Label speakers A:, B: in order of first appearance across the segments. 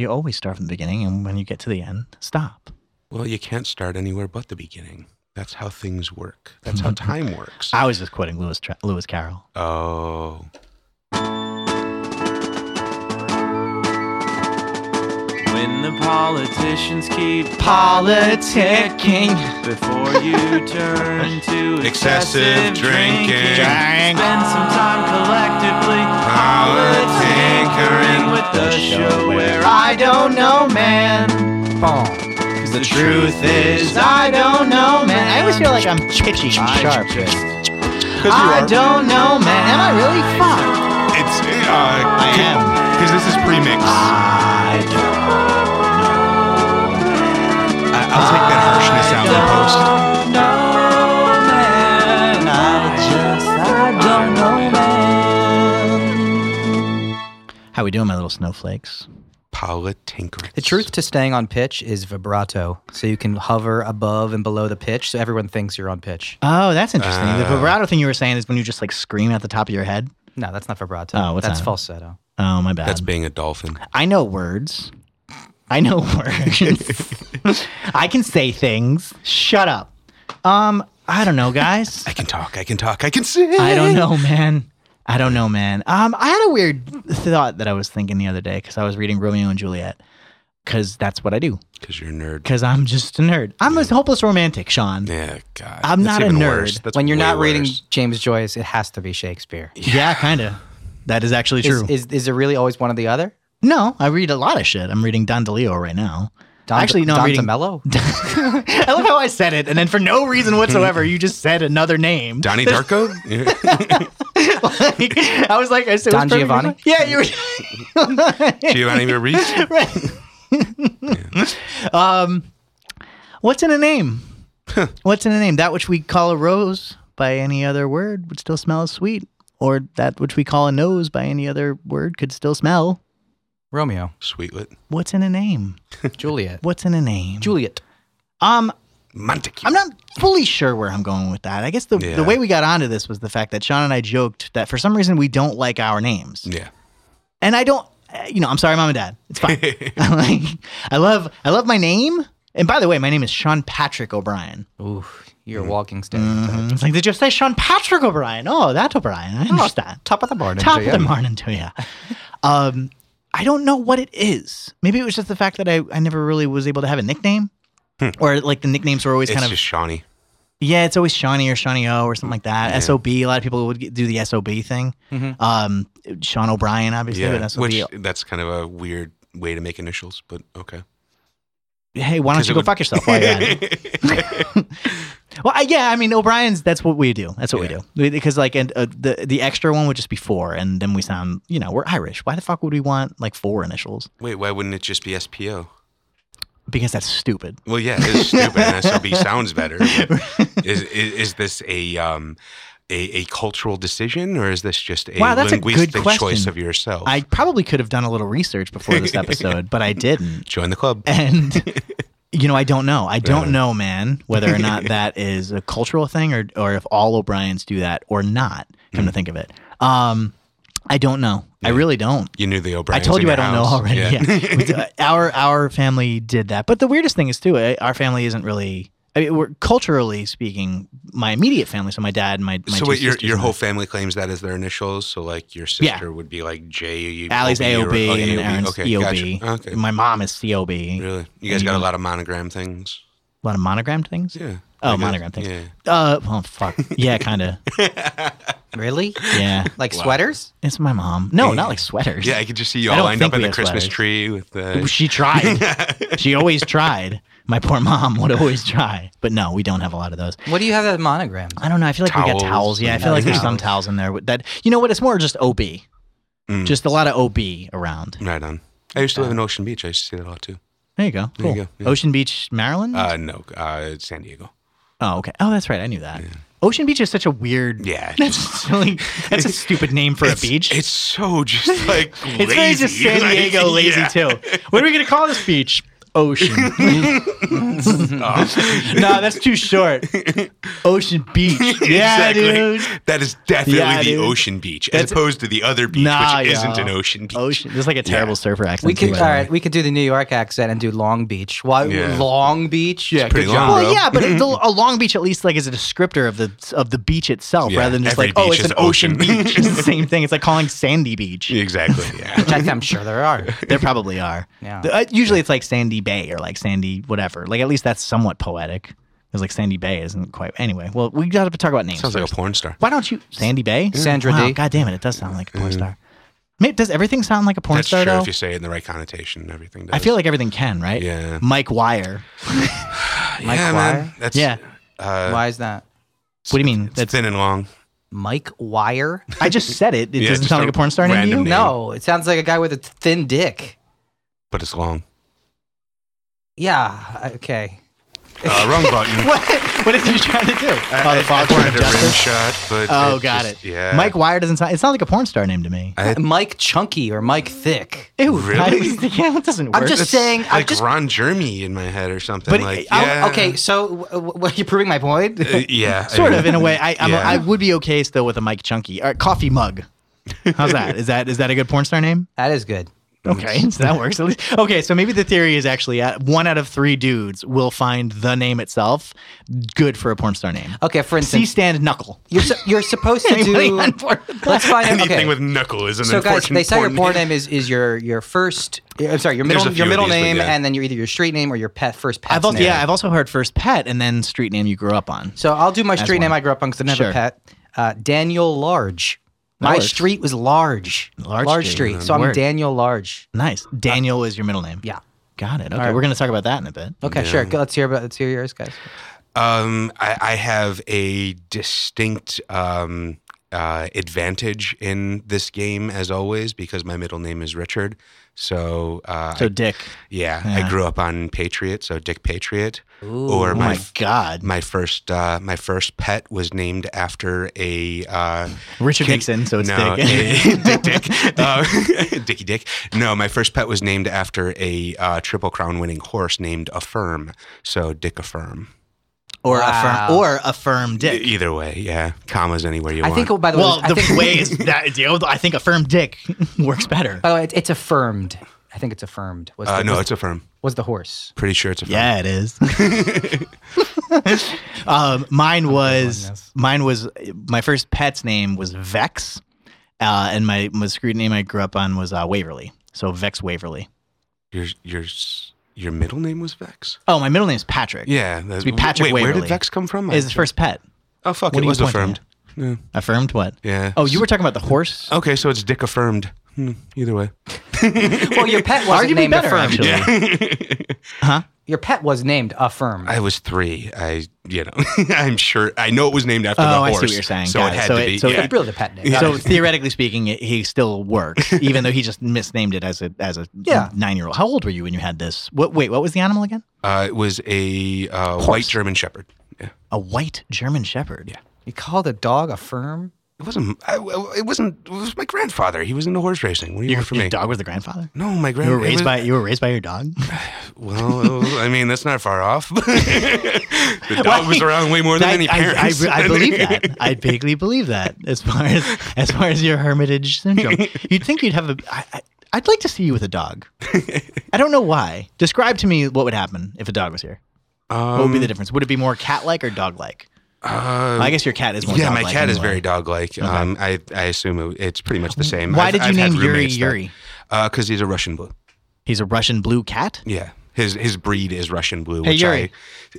A: You always start from the beginning, and when you get to the end, stop.
B: Well, you can't start anywhere but the beginning. That's how things work. That's how time works.
A: I was just quoting Lewis Tra- Lewis Carroll.
B: Oh.
C: When the politicians keep
A: Politicking,
C: before you turn to
B: Excessive drinking.
A: Dang.
C: Spend some time collectively
B: Politinkering.
C: with the show where I don't know man. Cause the truth is I don't know man.
A: I always feel like I'm pitchy and
C: I
A: sharp.
C: just-
A: I don't know, man. Am I really? Fuck.
D: It's
A: I
D: uh,
A: am.
D: because this is premix.
A: I don't.
B: I, I'll take that harshness out in post.
C: don't know man. I just I don't know man.
A: How we doing, my little snowflakes?
B: Politinkering.
E: The truth to staying on pitch is vibrato. So you can hover above and below the pitch so everyone thinks you're on pitch.
A: Oh, that's interesting. the
B: Uh.
A: vibrato thing you were saying is when you just like scream at the top of your head.
E: No, that's not vibrato.
A: Oh, what's
E: that's
A: that?
E: falsetto.
A: Oh, my bad.
B: That's being a dolphin.
A: I know words. I know words. I can say things. Shut up. Um, I don't know, guys.
B: I can talk. I can talk. I can sing.
A: I don't know, man. I don't know, man. Um, I had a weird thought that I was thinking the other day because I was reading Romeo and Juliet because that's what I do
B: Because you're a nerd.
A: because I'm just a nerd. I'm a hopeless romantic, Sean.
B: Yeah, God.
A: I'm
B: That's
A: not a
B: even
A: nerd.
B: worse. That's
E: when you're
B: way
E: not reading
B: worse.
E: James Joyce, it has to be Shakespeare.
A: Yeah, kind of. That is actually true.
E: Is, is is there really always one or the other?
A: no, I read a lot of shit. I'm reading Don DeLeo right now.
E: Don,
A: Actually, no, I'm
E: Don
A: reading-
E: DeMello?
A: I love how I said it, and then for no reason whatsoever, you just said another name.
B: Donnie Darko? Yeah.
A: Like, I was like, I said, it
E: Don
A: was perfectly
E: Giovanni?
A: fine. Yeah, you were.
B: Giovanni Ribisi?
A: right. um, what's in a name? what's in a name? That which we call a rose by any other word would still smell as sweet, or that which we call a nose by any other word could still smell.
E: Romeo.
B: Sweetlet.
A: What's in a name?
E: Juliet.
A: What's in a name?
E: Juliet.
A: Um,
B: Montague.
A: I'm not fully sure where I'm going with that. I guess the,
B: Yeah.
A: the way we got onto this was the fact that Sean and I joked that for some reason we don't like our names.
B: Yeah.
A: And I don't, uh, you know, I'm sorry, mom and dad. It's fine. I'm like, I love, I love my name. And by the way, my name is Sean Patrick O'Brien.
E: Ooh, you're a walking stereotype.
A: Mhm. It's like they just say Sean Patrick O'Brien. Oh, that O'Brien. I understand.
E: Oh. Top of the morning.
A: Top of
E: Juliet.
A: the morning to you. Um, I don't know what it is. Maybe it was just the fact that I, I never really was able to have a nickname.
E: Hmm.
A: Or like the nicknames were always
B: It's
A: kind of
B: just Shawnee.
A: yeah, it's always Shawnee or Shawnee O or something like that.
B: Yeah. Mm-hmm.
A: SOB. A lot of people would get- do the SOB thing.
E: Mhm.
A: Um, Sean O'Brien, obviously,
B: Yeah.
A: but SOB.
B: Which, that's kind of a weird way to make initials, but okay.
A: hey, why don't
B: 'cause
A: you
B: it
A: go
B: would-
A: fuck yourself while you're at it? Well, I, yeah, I mean O'Brien's. That's what we do. That's what
B: Yeah.
A: we do. Because like, and uh, the the extra one would just be four, and then we sound, you know, we're Irish. Why the fuck would we want like four initials?
B: Wait, why wouldn't it just be SPO?
A: Because that's stupid.
B: Well, yeah, it's stupid. and SOB sounds better. but Is, is is this a um a, a cultural decision or is this just a
A: Wow, that's a good
B: linguistic choice
A: question.
B: of yourself?
A: I probably could have done a little research before this episode, but I didn't.
B: Join the club.
A: and you know i don't know i don't
B: Yeah.
A: know man whether or not that is a cultural thing or or if all o'briens do that or not come
B: Hmm.
A: to think of it um i don't know i really don't
B: You knew the O'Brien.
A: I told you I don't know already. Yeah. We d- our our family did that. But the weirdest thing is too, eh, our family isn't really I mean, we're culturally speaking, my immediate family, so my dad and my, my
B: so
A: two
B: wait, your
A: sisters
B: your
A: and
B: whole
A: I-
B: family claims that as their initials. So like your
A: Yeah.
B: sister would be like J.
A: Allie's
B: or-
A: AOB
B: oh,
A: and E then
B: AOB.
A: Aaron's
B: okay,
A: EOB.
B: Gotcha. Okay,
A: My mom is COB.
B: really? You guys got a lot of monogram things.
A: A lot of monogrammed things.
B: Yeah.
A: Oh,
B: Like a-
A: monogram things.
B: Yeah.
A: Uh, well, fuck. Yeah, kind of.
E: Really?
A: Yeah.
E: Like sweaters?
A: It's my mom. No, not like sweaters.
B: Yeah, I could just see you
A: I
B: all
A: don't
B: lined
A: think
B: up at
A: we
B: the
A: have
B: Christmas
A: sweaters.
B: tree with the.
A: she tried. she always tried. My poor mom would always try. But no, we don't have a lot of those.
E: What do you have as monograms?
A: I don't know. I feel like we got
B: Towels.
A: towels. Yeah, I feel
B: Yeah.
A: like there's some towels in there with that. You know what? It's more just OB.
B: Mm.
A: Just a lot of OB around.
B: Right on. I used to live in Ocean Beach. I used to see that a lot too.
A: There you go.
B: There
A: Cool.
B: you go, yeah.
A: Ocean Beach, Maryland.
B: Uh, no, uh, San Diego.
A: oh, okay. Oh, that's right. I knew that. Ocean Beach is such a weird.
B: Yeah,
A: That's silly. That's a stupid name for a beach.
B: It's so just like
A: It's
B: lazy.
A: very just San
B: Like,
A: Diego lazy
B: yeah.
A: too. What are we gonna call this beach? ocean.
B: Oh,
A: nah, that's too short. Ocean beach. Yeah,
B: exactly.
A: dude.
B: That is definitely
A: Yeah,
B: the
A: dude.
B: ocean beach, as
A: That's-
B: opposed to the other beach,
A: Nah,
B: which
A: yeah.
B: isn't an ocean beach.
A: Ocean. It's like a terrible
B: Yeah.
A: surfer accent.
E: We
A: too,
E: could
A: by
E: all
A: the way.
E: right. We could do the New York accent and do Long Beach. Why
B: Yeah.
E: Long Beach? Yeah,
B: pretty
E: good job.
B: long,
A: Well,
B: bro.
A: yeah, but it's a, a Long Beach at least like is a descriptor of the of the beach itself,
B: Yeah,
A: rather than just
B: every
A: like oh,
B: beach
A: it's
B: is
A: an ocean,
B: ocean.
A: beach. It's the same thing. It's like calling Sandy Beach.
B: Exactly. Yeah.
E: Which I- I'm sure there are.
A: There probably are.
E: Yeah.
A: The- uh, usually it's like Sandy Bay or like Sandy whatever. Like at least that's somewhat poetic. Because like Sandy Bay isn't quite. Anyway, well we got to talk about names.
B: Sounds like a
A: first.
B: porn star.
A: Why don't you Sandy Bay?
E: Sandra
A: wow,
E: Day.
A: God damn it! It does sound like a porn star. Ma- Does everything sound like a porn
B: That's true
A: star though?
B: if you say it in the right connotation and everything. Does.
A: I feel like everything can, right?
B: Yeah.
A: Mike Wire.
B: Mike yeah, man.
E: Wire?
B: That's
A: Yeah.
B: Uh,
E: Why is that?
A: What do you mean?
B: It's
A: That's,
B: thin and long.
E: Mike Wire?
A: I just said it. It
B: Yeah,
A: doesn't
B: just
A: sound
B: a
A: like a porn star name to
B: random
A: you.
B: name.
E: No, it sounds like a guy with a thin dick.
B: but it's long.
E: Yeah. Okay.
B: Uh, wrong button.
A: What? What is he trying to do?
B: I,
A: oh, the
B: I, I
A: Foghorn
B: tried a rim
A: Justice.
B: shot, but
A: Oh, got
B: just-
A: it.
B: Yeah,
A: Mike Wire doesn't sound. It sounds like a porn star name to me.
B: I,
E: Mike Chunky or Mike Thick.
A: Ew,
B: Really?
A: guys, yeah, it doesn't work.
E: I'm just saying. I'm
B: like
E: just.
B: Ron Jeremy in my head or something.
A: But oh,
B: like,
A: I-
B: yeah,
E: Oh, Okay, so w- w- what, you proving my point?
B: Uh, yeah,
A: sort
B: I-
A: of in a way. I I'm
B: Yeah.
A: I would be okay still with a Mike Chunky or coffee mug. How's that? Is that is that a good porn star name?
E: that is good.
A: Okay, so that works at least. Okay, so maybe the theory is actually at one out of three dudes will find the name itself good for a porn star name.
E: Okay, for
A: C
E: instance,
A: stand knuckle.
E: you're su- you're supposed to
A: Anybody
E: do.
A: on porn-
E: Let's find out.
B: Anything
E: Okay.
B: with knuckle is an
E: so guys,
B: unfortunate
E: they say your porn
B: porn
E: name is, is your your first. I'm sorry, your
B: There's
E: middle
B: a
E: your
B: few of
E: middle
B: these, but
E: name,
B: yeah.
E: and then you're either your street name or your pet first pet
A: I've also,
E: name.
A: yeah, I've also heard first pet and then street name you grew up on.
E: So I'll do my street name
A: one.
E: I grew up on because I never
A: Sure.
E: a pet. Uh, Daniel Large. My
A: Large.
E: street was Large.
A: Large Street.
E: street. So I'm
A: Word.
E: Daniel Large.
A: Nice. Daniel is your middle name.
E: Yeah.
A: Got it. Okay,
E: right.
A: we're gonna talk about that in a bit.
E: Okay, sure. Go, let's hear about let's hear yours, guys.
B: Um, I, I have a distinct um, uh, advantage in this game, as always, because my middle name is Richard. So, uh,
A: So
B: I-
A: Dick.
B: yeah,
A: yeah.
B: I grew up on Patriot, so Dick Patriot. or
A: Oh
B: my,
A: my God,
B: my first uh, my first pet was named after a uh,
A: Richard
B: Can-
A: Nixon. So it's
B: no,
A: Dick.
B: eh, Dick, Dick, uh, Dicky Dick. No, my first pet was named after a uh, Triple Crown winning horse named Affirm. So Dick Affirm.
A: or
E: Wow.
A: affirm. Or affirm
B: E-
A: Dick.
B: Either way, yeah. Commas anywhere you
E: I
B: want.
E: think oh, by the way,
A: Well,
E: I
A: the
E: think,
A: way is that you know, I think affirm Dick works better.
E: by the way, it's, it's affirmed. I think it's affirmed. Was
B: uh,
E: the,
B: no,
E: was,
B: it's Affirm.
E: was the horse?
B: Pretty sure it's Affirm.
A: Yeah, it is. um, mine was mine was my first pet's name was Vex, uh, and my, my screen name I grew up on was uh, Waverly. So Vex Waverly.
B: Your your s- your middle name was Vex.
A: Oh, my middle name is Patrick.
B: Yeah, that's,
A: Be Patrick
B: Wait, where
A: Waverly.
B: did Vex come from? I-
A: is his first pet.
B: oh fuck,
A: What are
B: it
A: you
B: was
A: pointing
B: affirmed.
A: Affirmed what?
B: Yeah. Uh,
A: Oh, you were talking about the horse.
B: Okay, so it's Dick affirmed. Hmm, either way.
E: Well, your pet wasn't
A: Arguably
E: named
A: better,
E: affirmed.
A: actually.
E: Your pet was named affirmed.
B: I was three. I, you know, I'm sure. I know it was named after
A: Oh,
B: the
A: I
B: horse.
A: see what you're saying.
B: So
A: Got
B: it
A: it.
B: had
A: So
B: to
A: it-
B: be.
A: so
B: yeah.
A: it-
E: really the pet name.
A: So theoretically speaking, it, he still works, even though he just misnamed it as a as a
E: Yeah.
A: nine year old. How old were you when you had this? What? Wait, what was the animal again?
B: uh, it was a uh, white German Shepherd. Yeah.
A: A white German Shepherd. Yeah.
E: You called a dog a firm?
B: It wasn't. I, it wasn't. It was my grandfather. He was into horse racing. What do you
A: Your,
B: want from
A: your
B: me? Uh,
A: dog was the grandfather.
B: No, my
A: You were
B: grandfather.
A: raised by you were raised by your dog.
B: Well, it was- I mean, that's not far off. the dog was around way more than
A: I,
B: any
A: I- I-
B: parents.
A: I believe that. I vaguely believe that. As far as as far as your hermitage syndrome, you'd think you'd have a. I, I, I'd like to see you with a dog. I don't know why. Describe to me what would happen if a dog was here. What
B: Um,
A: would be the difference? Would it be more cat like or dog like? I guess your cat is more.
B: uh, yeah, my
A: dog-like
B: cat is
A: anyway.
B: very dog-like. Um, I, I assume it, it's pretty much the same.
A: Why
B: I've-
A: did you
B: I've had
A: name Yuri
B: roommates that-
A: Yuri?
B: Uh, because he's a Russian blue.
A: He's a Russian blue cat.
B: Yeah. His his breed is Russian blue,
A: Hey,
B: which
A: Yuri.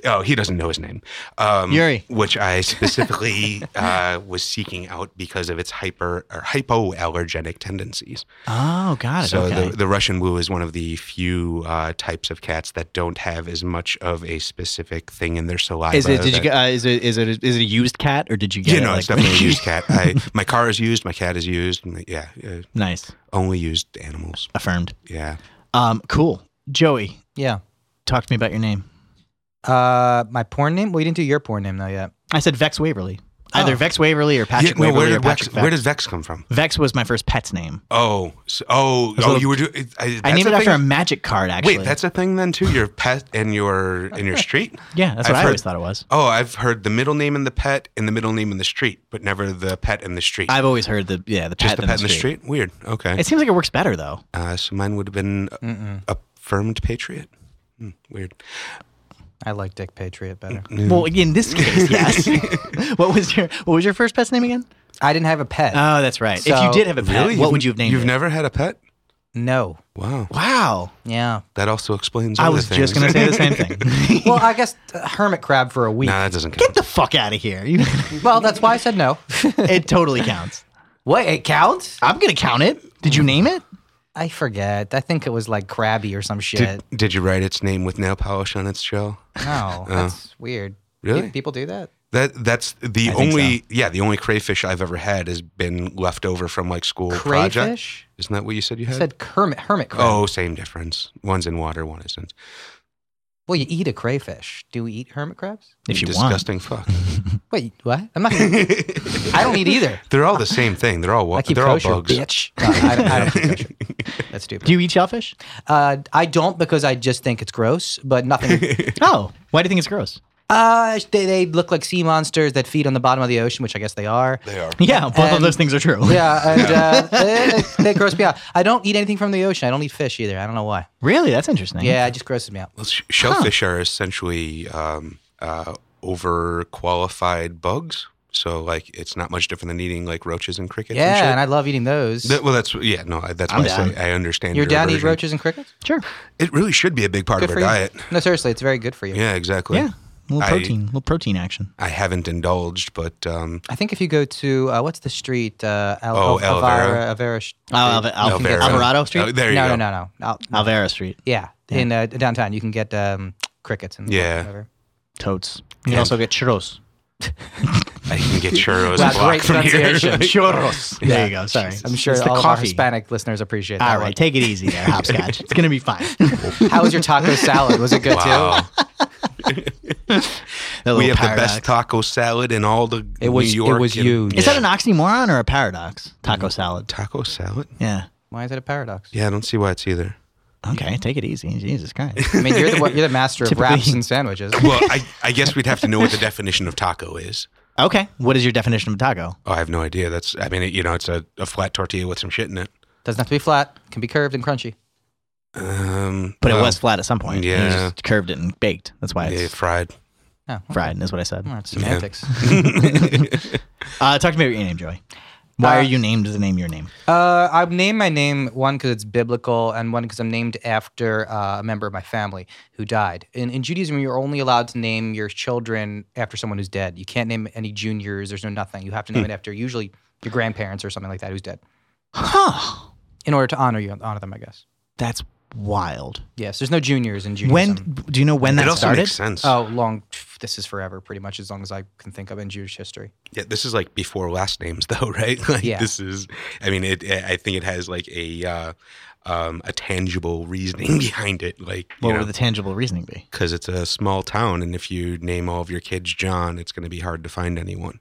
B: I oh he doesn't know his name. Um,
A: Yuri.
B: which I specifically uh, was seeking out because of its hyper or hypoallergenic tendencies.
A: Oh, got it.
B: So
A: okay.
B: the, the Russian Wu is one of the few uh, types of cats that don't have as much of a specific thing in their saliva.
A: is it? Did you?
B: that-
A: Get, uh, is it? Is it? Is it a used cat or did you get?
B: Yeah,
A: it,
B: no,
A: like-
B: it's definitely a used cat. I, my car is used. My cat is used. and Yeah, uh,
A: nice.
B: only used animals.
A: Affirmed.
B: Yeah.
A: Um, cool. Joey,
E: Yeah.
A: talk to me about your name.
E: Uh, my porn name? Well, you didn't do your porn name though yet.
A: I said Vex Waverly. Either Vex Waverly or
B: Oh. Yeah,
A: Patrick
B: no,
A: Waverly
B: where,
A: or
B: did
A: Patrick
B: Vex,
A: Vex.
B: where does Vex come from?
A: Vex was my first pet's name.
B: Oh, so, oh,
A: a
B: oh!
A: little-
B: You were doing. I,
A: I
B: that's
A: named
B: a
A: it after
B: thing?
A: a magic card, actually.
B: Wait, that's a thing then too. Your pet and your and your street.
A: yeah, that's what
B: I've
A: i
B: heard-
A: always thought it was.
B: Oh, I've heard the middle name and the pet and the middle name and the street, but never the pet and the street.
A: I've always heard the yeah the
B: Just
A: pet,
B: the
A: in
B: pet and the street. Weird. Okay.
A: It seems like it works better though.
B: Uh, so mine would have been a affirmed patriot. Hmm, weird.
E: I like Dick Patriot better.
B: Mm-hmm. Mm.
A: Well, in this case, yes. what was your what was your first pet's name again?
E: I didn't have a pet.
A: Oh, that's right. if you
E: So-
A: did have a pet,
B: Really?
A: what
B: You've-
A: would you have named
B: You've
A: it?
B: never had a pet?
E: no.
B: Wow.
A: wow.
E: Yeah.
B: That also explains.
A: I
B: other
A: was just gonna
B: things.
A: say the same thing.
E: Well, I guess uh, hermit crab for a week.
B: Nah, that doesn't
A: Get
B: count.
A: the fuck out of here. You,
E: Well, that's why I said no.
A: it totally counts.
E: Wait, it counts?
A: I'm gonna count it. Did you name it?
E: I forget. I think it was like crabby or some shit.
B: Did, did you write its name with nail polish on its shell?
E: No, that's weird.
B: Uh. Really?
E: Pe- People do that?
B: That that's the
E: think
B: only yeah the only crayfish I've ever had has been left over from like school project.
E: Crayfish?
B: Isn't that what you said you
E: I
B: had?
E: said hermit, hermit crab.
B: oh, same difference. One's in water, one isn't.
E: Well, you eat a crayfish. Do we eat hermit crabs?
A: If you want.
B: disgusting
E: Wait, what? I'm not. I don't eat either.
B: fuck. They're all the same thing. They're all wa-
E: I keep
B: they're all
E: kosher,
B: bugs.
E: bitch. No, I, don't- I don't keep kosher. That's stupid.
A: Do you eat shellfish?
E: Uh, I don't because I just think it's gross, but nothing.
A: Oh, why do you think it's gross?
E: uh, they, they look like sea monsters that feed on the bottom of the ocean, which I guess they are.
B: They are.
A: Yeah, both of
E: And-
A: those things are true.
E: Yeah, and uh, eh, they gross me out. I don't eat anything from the ocean. I don't eat fish either. I don't know why.
A: Really, that's interesting.
E: Yeah, it just grosses me out.
B: Well, sh- shellfish are essentially um, uh, overqualified bugs. So like it's not much different than eating like roaches and crickets. and shit.
E: Yeah, and I love eating those.
B: That- well, that's yeah. No, I- that's
A: I'm
B: why I,
A: down.
B: say I understand.
E: You're
B: your
E: down to eat
B: aversion.
E: roaches and crickets?
A: sure.
B: It really should be a big part
E: Good
B: of
E: for
B: our
E: you.
B: diet.
E: No, seriously, it's very good for you.
B: Yeah, exactly.
A: Yeah, a little
B: I-
A: protein, little protein action.
B: I haven't indulged, but um,
E: I think if you go to uh, what's the street? Uh, Al-
B: Oh, Alvera.
E: Al- Alvera. Alvera Sh-
A: Oh, Alve- Al-
E: you can
B: Alvera.
E: get-
A: Alvarado Street.
B: Oh, there you
E: no,
B: go.
E: no, no, no, Al-
A: Alvera Street.
E: Yeah, in uh, downtown, you can get um, crickets and
B: Yeah.
E: Whatever.
A: Totes. You can
B: Yeah.
A: also get churros.
B: I can get churros
E: Wow,
B: a block
E: great
B: from here.
E: pronunciation.
A: Churros. There you go. Sorry.
E: I'm sure
A: it's
E: all
A: the
E: of our
A: coffee.
E: Hispanic listeners appreciate that.
A: All right, take it easy there, hopscotch. it's gonna be fine.
E: one. How was your taco salad? Was it good
B: Wow.
A: That
B: we
A: little
B: have
A: paradox.
B: the best taco salad in all the
E: It was-
B: New York.
E: it was
B: and-
E: huge.
A: Is that an oxymoron or a paradox? Taco
E: Mm-hmm.
A: salad.
B: taco salad?
A: Yeah.
E: too? Why is it a paradox?
B: Yeah, I don't see why it's either.
A: Okay, take it easy. Jesus Christ.
E: I mean, you're the you're the master of wraps
A: Typically-
E: and sandwiches.
B: Well, I, I guess we'd have to know what the definition of taco is.
A: Okay, what is your definition of a taco?
B: Oh, I have no idea. That's I mean, it, you know, it's a, a flat tortilla with some shit in it.
E: Doesn't have to be flat. Can be curved and crunchy.
B: Um,
A: But it
B: well,
A: was flat at some point.
B: yeah.
A: You just curved it and baked. That's why
B: yeah,
A: it's
B: fried.
E: Oh, okay.
A: fried, is what I said.
E: Well, that's semantics.
A: Uh, talk to me about your name, Joey. Why
E: Uh,
A: are you named the name your name?
E: Uh, I've named my name one because it's biblical, and one because I'm named after uh, a member of my family who died. In, in Judaism, you're only allowed to name your children after someone who's dead. You can't name any juniors. There's no nothing. You have
B: Hmm.
E: to name it after usually your grandparents or something like that who's dead,
A: Huh.
E: in order to honor you, honor them, I guess.
A: That's wild.
E: Yes, there's no juniors in Judaism.
A: When do you know when
B: it
A: that
B: also
A: started?
B: makes sense.
E: Oh, long. pff, This is forever, pretty much as long as I can think of in Jewish history.
B: Yeah, this is like before last names, though, right? Like
E: Yeah.
B: this is. I mean, it. I think it has like a uh, um, a tangible reasoning behind it, like
A: What
B: you know,
A: would the tangible reasoning be?
B: because it's a small town, and if you name all of your kids John, it's going to be hard to find anyone.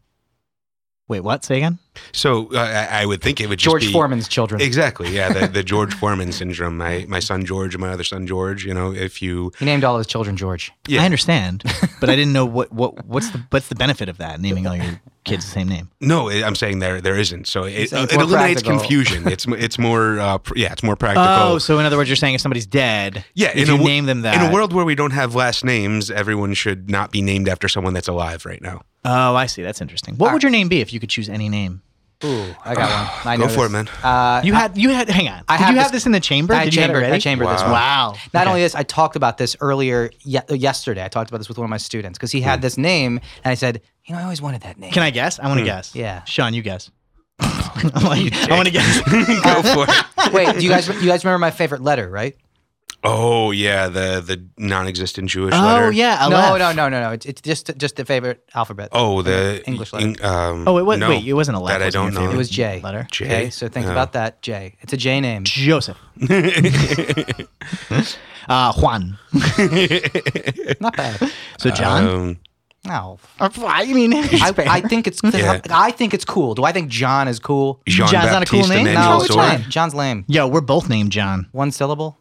A: Wait, what? Say again.
B: So uh, I, I would think it would just
E: George
B: be,
E: Foreman's children.
B: Exactly. Yeah, the, the George Foreman syndrome. My my son George and my other son George. You know, if you
E: he named all his children George.
B: Yeah.
A: I understand, but I didn't know what, what what's the what's the benefit of that naming all your kids the same name.
B: no, I- I'm saying there there isn't. So it,
E: saying
B: it
E: it's more
B: eliminates
E: practical.
B: confusion. It's m- it's more uh, pr- yeah, it's more practical.
A: Oh, so in other words, you're saying if somebody's dead,
B: Yeah,
A: if
B: a
A: you
B: wo-
A: name them that
B: In a world where we don't have last names, everyone should not be named after someone that's alive right now.
A: Oh, I see. That's interesting. What would your name be if you could choose any name?
E: Ooh, I got one. I
B: Go
E: know
B: for it, man.
E: this. Uh,
A: You had you had hang on.
E: I
A: Did
E: have
A: you have
E: this-
A: this in the chamber?
E: I
A: Did you have it
E: chambered- I
A: ready?
E: chambered this one.
A: Wow.
E: Not
A: Okay.
E: only this, I talked about this earlier ye- yesterday. I talked about this with one of my students because he
B: Hmm.
E: had this name, and I said, you know, I always wanted that name.
A: Can I guess? I want
B: Hmm.
A: to guess.
E: Yeah. Oh,
A: Sean, you guess. I'm like, I want to guess.
B: Go for it.
E: Wait, do you guys you guys remember my favorite letter, right?
B: Oh yeah, the the non-existent Jewish letter.
A: oh yeah, Aleph.
E: No, no, no, no, no. It's, it's just just the favorite alphabet.
B: Oh the
E: English
B: in- um,
A: Oh, it was
B: no,
A: wait, it wasn't Aleph.
B: That I
A: wasn't
B: don't
A: your
B: know.
A: favorite
E: It was J.
A: letter.
B: J.
E: Okay, so think
B: Oh.
E: about that, J. It's a J name.
A: Joseph. uh, Juan.
E: Not bad.
B: Uh,
A: So John.
B: Um,
E: No.
A: I mean,
E: I, I think it's
B: Yeah.
E: I think it's cool. Do I think John is cool?
B: Jean
A: John's not a cool
B: Baptiste
A: name?
B: Emmanuel
E: No,
A: it's
E: it's
B: Sorg.
E: lame. John's lame.
A: yo, we're both named John.
E: One syllable.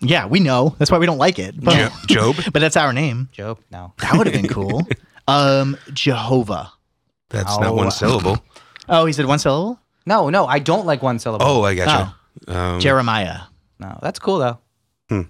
A: Yeah, we know. That's why we don't like it. But,
B: Jo- Job.
A: but that's our name.
E: Job. No.
A: That would have been cool. um, Jehovah.
B: That's not
E: Oh.
B: one syllable.
A: Oh, he said one syllable.
E: No, no, I don't like one syllable.
B: Oh, I gotcha. Um,
A: Jeremiah.
E: No, that's cool though.
B: Hmm.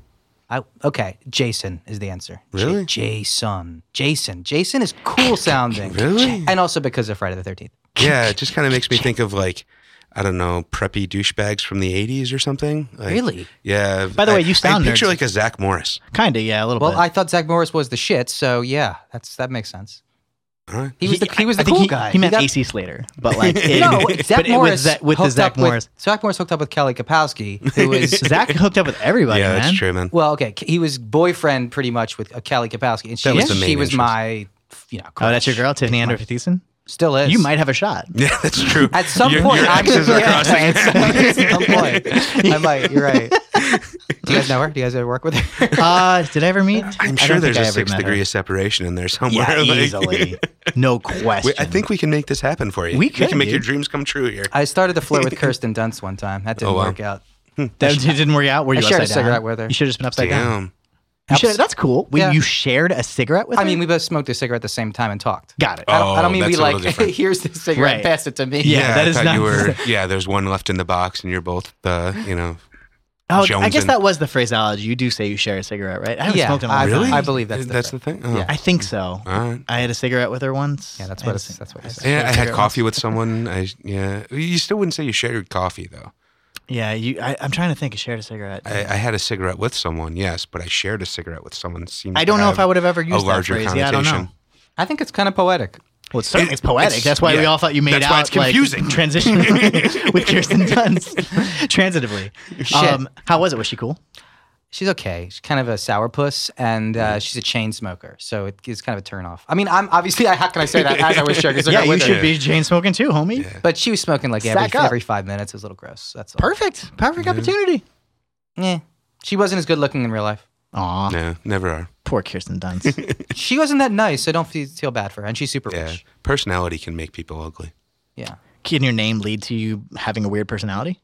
E: I, okay, Jason is the answer. J-
B: Really?
E: Jason. Jason. Jason is cool sounding.
B: Really?
E: And also because of Friday the 13th.
B: yeah, it just kind of makes me think of like, I don't know, preppy douchebags from the '80s or something. Like,
E: Really?
B: Yeah.
A: By the
B: I-
A: way, you sound
B: I picture
A: nerdy.
B: like a Zach Morris.
A: Kinda, yeah, a little
E: Well,
A: bit.
E: I thought Zach Morris was the shit, so yeah, that's that makes sense.
B: All right.
E: He was the he was the
A: I think
E: cool
A: he,
E: guy.
A: He meant
E: got-
A: AC Slater, but like it-
E: No, Zach
A: but it-
E: Morris
A: with, Zach- with the
E: hooked
A: Zach
E: up with-
A: Morris.
E: Zach Morris hooked up with Kelly Kapowski, who was
A: Zach hooked up with everybody,
B: yeah,
A: man.
B: that's true, man.
E: well, okay, he was boyfriend pretty much with uh, Kelly Kapowski, and she
B: That was
E: she
B: the main
E: was
B: interest.
E: my you know.
A: Oh, that's your
E: crush.
A: girl, Tiffany Andrew Thiessen.
E: Still is.
A: You might have a shot.
B: Yeah, that's true.
E: At some
B: Your-
E: point,
B: your
E: I'm
B: axes are
E: yeah,
B: crossing.
E: At some, at some point, I might. You're right. Do you guys know her? Do you guys ever work with her?
A: Uh, did I ever meet?
B: I'm
A: I
B: sure
A: don't think
B: there's
A: I
B: a
A: ever
B: six
A: met her.
B: degree of separation in there somewhere.
A: Yeah,
B: like-
A: easily. No question.
B: We- I think we can make this happen for you.
A: We
B: we
A: could,
B: can make your
A: dude.
B: dreams come true here.
E: I started to flirt with Kirsten Dunst one time. That didn't
B: Oh, wow.
E: work out.
A: that it didn't work out. Were you
E: I shared a
A: upside down?
E: cigarette with her.
A: You should have just been upside down.
B: Damn.
A: You should- that's cool. Wait,
E: Yeah.
A: You shared a cigarette with
E: I
A: her?
E: mean, we both smoked a cigarette at the same time and talked.
A: got it.
E: I don't, I
B: Oh,
E: don't mean we
B: that's a
E: like.
B: little different.
E: Here's the cigarette.
A: Right.
E: Pass it to me.
A: Yeah. that
B: I
A: is
B: thought
A: not-
B: you were. Yeah, there's one left in the box, and you're both the. You know.
A: Oh, I
B: Jones
A: guess
B: and-
A: that was the phraseology. You do say you share a cigarette, right? I haven't
E: Yeah,
A: smoked in a long
E: I've-
A: time.
B: Really?
E: I believe that's the
B: that's
E: thing.
B: the thing. Oh.
E: Yeah.
A: I think so.
B: All right.
A: I had a cigarette with her once.
E: Yeah, that's
A: I had
E: what
A: a
E: it's-
A: cig-
E: that's what
A: I had
E: it is.
A: a
B: Yeah, I had
A: cigarette once.
B: coffee with someone. I yeah. You still wouldn't say you shared coffee though.
A: Yeah, you, I, I'm trying to think. I shared a cigarette.
B: I, I had a cigarette with someone, yes, but I shared a cigarette with someone. Seemed
A: I
B: to
A: don't know if
B: have
A: I would have ever
B: a
A: used that
B: larger
A: phrase. Yeah, I
B: connotation.
A: don't know.
E: I think it's kind of poetic.
A: Well, it's certainly
B: It-
A: it's poetic.
B: it's-
A: that's why we
B: yeah.
A: all thought you made
B: That's
A: out
B: why it's confusing.
A: like transition with Kirsten Dunst transitively. Um, how was it? Was she cool?
E: She's okay. She's kind of a sourpuss, and uh, she's a chain smoker, so it is kind of a turnoff. I mean, I'm obviously. I, how can I say that as I was sharing a
A: yeah,
E: cigarette
A: you
E: with her?
A: should be chain smoking too, homie.
E: But she was smoking like
A: Sack
E: every
A: up.
E: every five minutes. It was a little gross. That's all.
A: Perfect, perfect opportunity.
E: Yeah. She wasn't as good looking in real life.
A: Aw,
B: No, never are.
A: poor Kirsten Dunst.
E: She wasn't that nice, so don't feel, feel bad for her. And she's super
B: Yeah,
E: rich.
B: personality can make people ugly.
E: Yeah.
A: Can your name lead to you having a weird personality?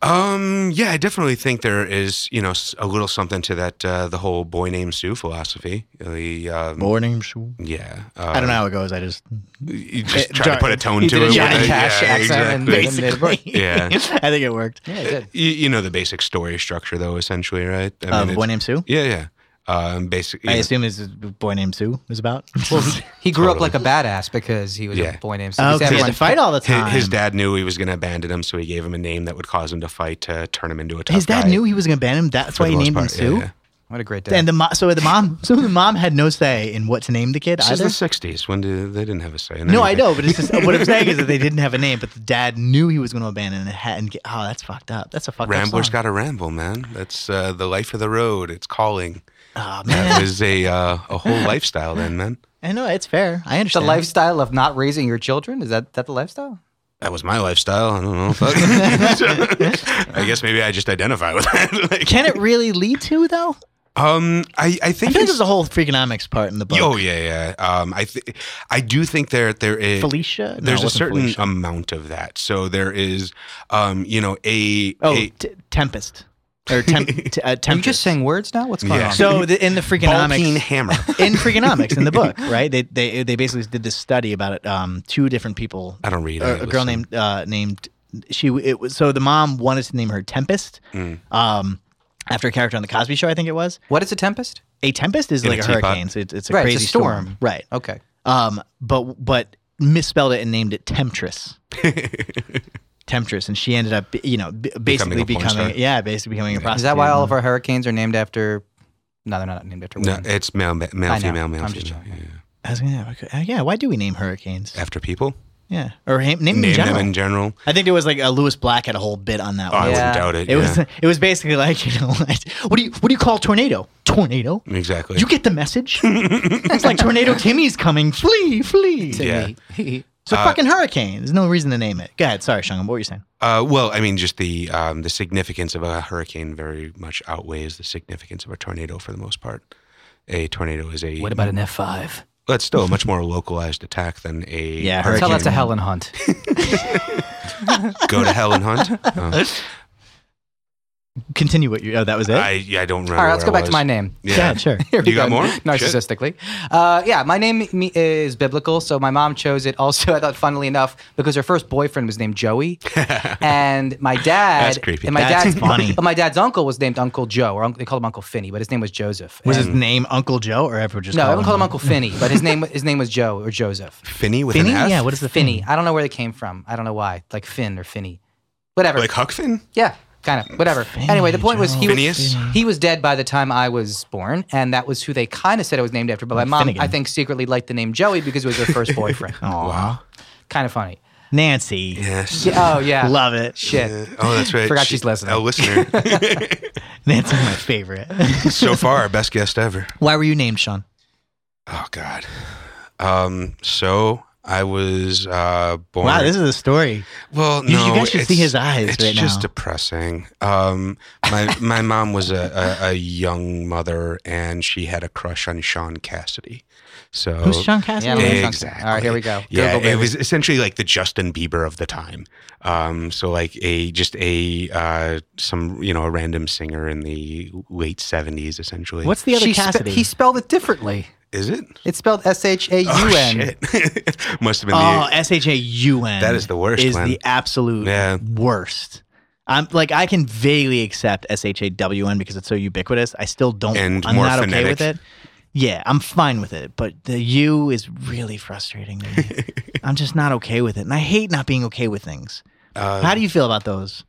B: Um, yeah, I definitely think there is, you know, s- a little something to that. Uh, the whole boy named Sue philosophy. The um,
A: Morning.
B: yeah, uh,
A: I don't know how it goes. I just
B: You just
A: Uh,
B: try to
A: Jar-
B: put a tone
A: he
B: to
A: did
B: it.
A: a
B: with
A: Johnny
B: it.
E: Cash
B: yeah,
E: accent and-
B: exactly.
E: made it work.
A: basically.
B: Yeah.
A: I think it worked.
E: Yeah, it did.
B: You, you know the basic story structure, though, essentially, right? I mean,
A: Um,
B: it's-
A: boy named Sue.
B: yeah, yeah. Um, basically,
A: I assume is boy named Sue is about.
E: Well, he, he grew up
B: Totally.
E: like a badass because he was
B: Yeah.
E: a boy named Sue.
A: Oh, 'cause
E: Because
A: he had to fight all the
B: Hi-
A: time.
B: His, dad knew he was going to abandon him, so he gave him a name that would cause him to fight to turn him into a tough
A: His dad
B: guy,
A: knew he was gonna ban him. That's
B: for
A: why
B: the
A: he
B: most
A: named him
B: part.
A: Sue.
B: Yeah, yeah.
E: What a great day.
A: And the mo- so the mom so the mom had no say in what to name the kid
B: This is
A: either.
B: the '60s when did, they didn't have a say. In
A: No, I
B: anything.
A: know, but it's just, what I'm saying is that they didn't have a name, but the dad knew he was going to abandon it. Hadn't. Get, oh, that's fucked up. That's a fucked
B: Rambler's
A: up
B: got to ramble, man. That's uh, the life of the road. It's calling.
A: song. Oh,
B: That
A: man,
B: was a uh, a whole lifestyle then, man.
A: I know it's fair. I
E: the
A: understand.
E: lifestyle of not raising your children? Is that, that the lifestyle?
B: That was my lifestyle. I don't know. Fuck. I guess maybe I just identify with that. Like,
A: Can it really lead to though?
B: um, I I
A: I
B: think
A: feel like
B: it's-
A: there's a whole freakonomics part in the book.
B: Oh yeah, yeah. Um, I th- I do think there there is
A: Felicia. No,
B: there's
A: it
B: a
A: wasn't
B: certain uh,
A: Felicia.
B: amount of that. So there is, um, you know, a
A: Oh,
B: a-
A: t- Tempest or temp- t- uh, Tempest.
E: Are you just saying words now? What's going
B: Yeah.
E: on?
A: So the, in the
B: Balpine
A: freakonomics,
B: hammer.
A: in freakonomics in the book, right? They they they basically did this study about it. Um, two different people
B: I don't read.
A: or
B: I
A: a girl
B: listen.
A: named uh, named she it was so the mom wanted to name her Tempest.
B: Mm.
A: Um, after a character on the Cosby Show, I think it was
E: what is a tempest?
A: a tempest is
B: In
A: like
B: a
A: a,
B: teapot.
A: hurricane. So it's, it's a
E: Right, it's a
A: crazy storm.
E: storm.
A: right?
E: Okay.
A: Um, but but misspelled it and named it Temptress. Temptress, and she ended up you know b- basically
B: a porn
A: becoming,
B: star.
A: yeah basically becoming a prostitute.
E: Is that why all of our hurricanes are named after. No, they're not named after
B: No,
E: women.
B: it's male, ma- male,
E: I know.
B: female, male,
E: I'm just
B: female.
E: joking.
B: yeah.
A: I was gonna- yeah, okay. Uh, yeah, why do we name hurricanes?
B: After people,
A: Yeah, or ha- name, them in
B: name
A: general.
B: them in general.
A: I think there was like a Lewis Black had a whole bit on that.
B: Oh, I
A: one.
E: Yeah.
B: wouldn't doubt it.
A: It was
B: yeah.
A: it was basically like you know like, what do you what do you call a tornado? Tornado.
B: exactly.
A: You get the message. it's like tornado Timmy's coming. Flee, flee.
B: Yeah.
E: yeah.
A: So fucking hurricane. There's no reason to name it. Go ahead. Sorry, Shungam. What were you saying?
B: uh, well, I mean, just the um, the significance of a hurricane very much eh. outweighs the significance of a tornado for the most part. A tornado is a
E: about an F5?
B: That's still a much more localized attack than a
A: Yeah,
B: hurricane.
E: Tell that to Helen Hunt.
B: Go to hell and hunt. Oh,
A: Continue what you. Oh, that was it.
B: I yeah, I don't remember.
E: All right, let's
B: where
E: go
B: I
E: back to
B: was.
E: my name.
A: yeah.
B: Yeah,
A: sure.
E: Here we
B: You got
E: go.
B: more?
E: Narcissistically. Uh, yeah, my name me- is biblical, so my mom chose it also, I thought, funnily enough, because her first boyfriend was named Joey. and my dad.
B: That's creepy.
E: And my
A: That's
E: dad's
A: funny.
E: But my dad's uncle was named Uncle Joe, or uncle, they called him Uncle Finney, but his name was Joseph.
A: Was
E: And-
A: his name Uncle Joe, or everyone just
E: no,
A: Called
E: everyone called
A: him
E: him Uncle Finney, but his name his name was Joe or Joseph.
B: Finney with
A: Finney?
B: an F?
A: Yeah, what is the
E: Finney.
A: Finney?
E: I don't know where they came from. I don't know why. Like Finn or Finney. Whatever.
B: like Huck Finn?
E: yeah, kind of. Whatever. anyway, the point was he
B: Phineas?
E: was he was dead by the time I was born, and that was who they kind of said it was named after. But my mom,
A: Finnegan.
E: I think, secretly liked the name Joey because it was her first boyfriend.
A: Wow.
E: Kind of funny.
A: Nancy.
B: Yes.
E: Yeah, oh yeah.
A: Love it.
E: Shit.
B: Uh, oh, that's right.
E: Forgot she's listening.
B: A listener.
A: Nancy's my favorite.
B: so far, our best guest ever.
A: Why were you named Sean?
B: Oh God. Um. So I was uh, born.
A: Wow, this is a story.
B: well.
A: You,
B: no,
A: you guys should see
B: it's-
A: his eyes
B: It's
A: right
B: just
A: now.
B: depressing. Um, my my mom was a, a, a young mother, and she had a crush on Sean Cassidy. So
A: Who's Sean Cassidy?
E: Yeah, we're gonna-
B: Exactly.
E: All right, here we go.
B: Yeah,
E: Google
B: it
E: baby.
B: was essentially like the Justin Bieber of the time. Um, so like a just a uh, some you know a random singer in the late seventies essentially.
A: What's the other
E: She spe-
A: Cassidy?
E: he spelled it differently.
B: is it?
E: It's spelled S H A U N.
B: Oh, shit. Must have been
A: Oh,
B: the
A: S H A U N.
B: That is the worst,
A: Is
B: Len.
A: the absolute
B: Yeah.
A: worst. I'm like I can vaguely accept S H A W N because it's so ubiquitous. I still don't.
B: And
A: I'm
B: more
A: not okay
B: phonetic.
A: with it. Yeah, I'm fine with it, but the U is really frustrating. To me. I'm just not okay with it, and I hate not being okay with things.
B: uh,
A: How do you feel about those?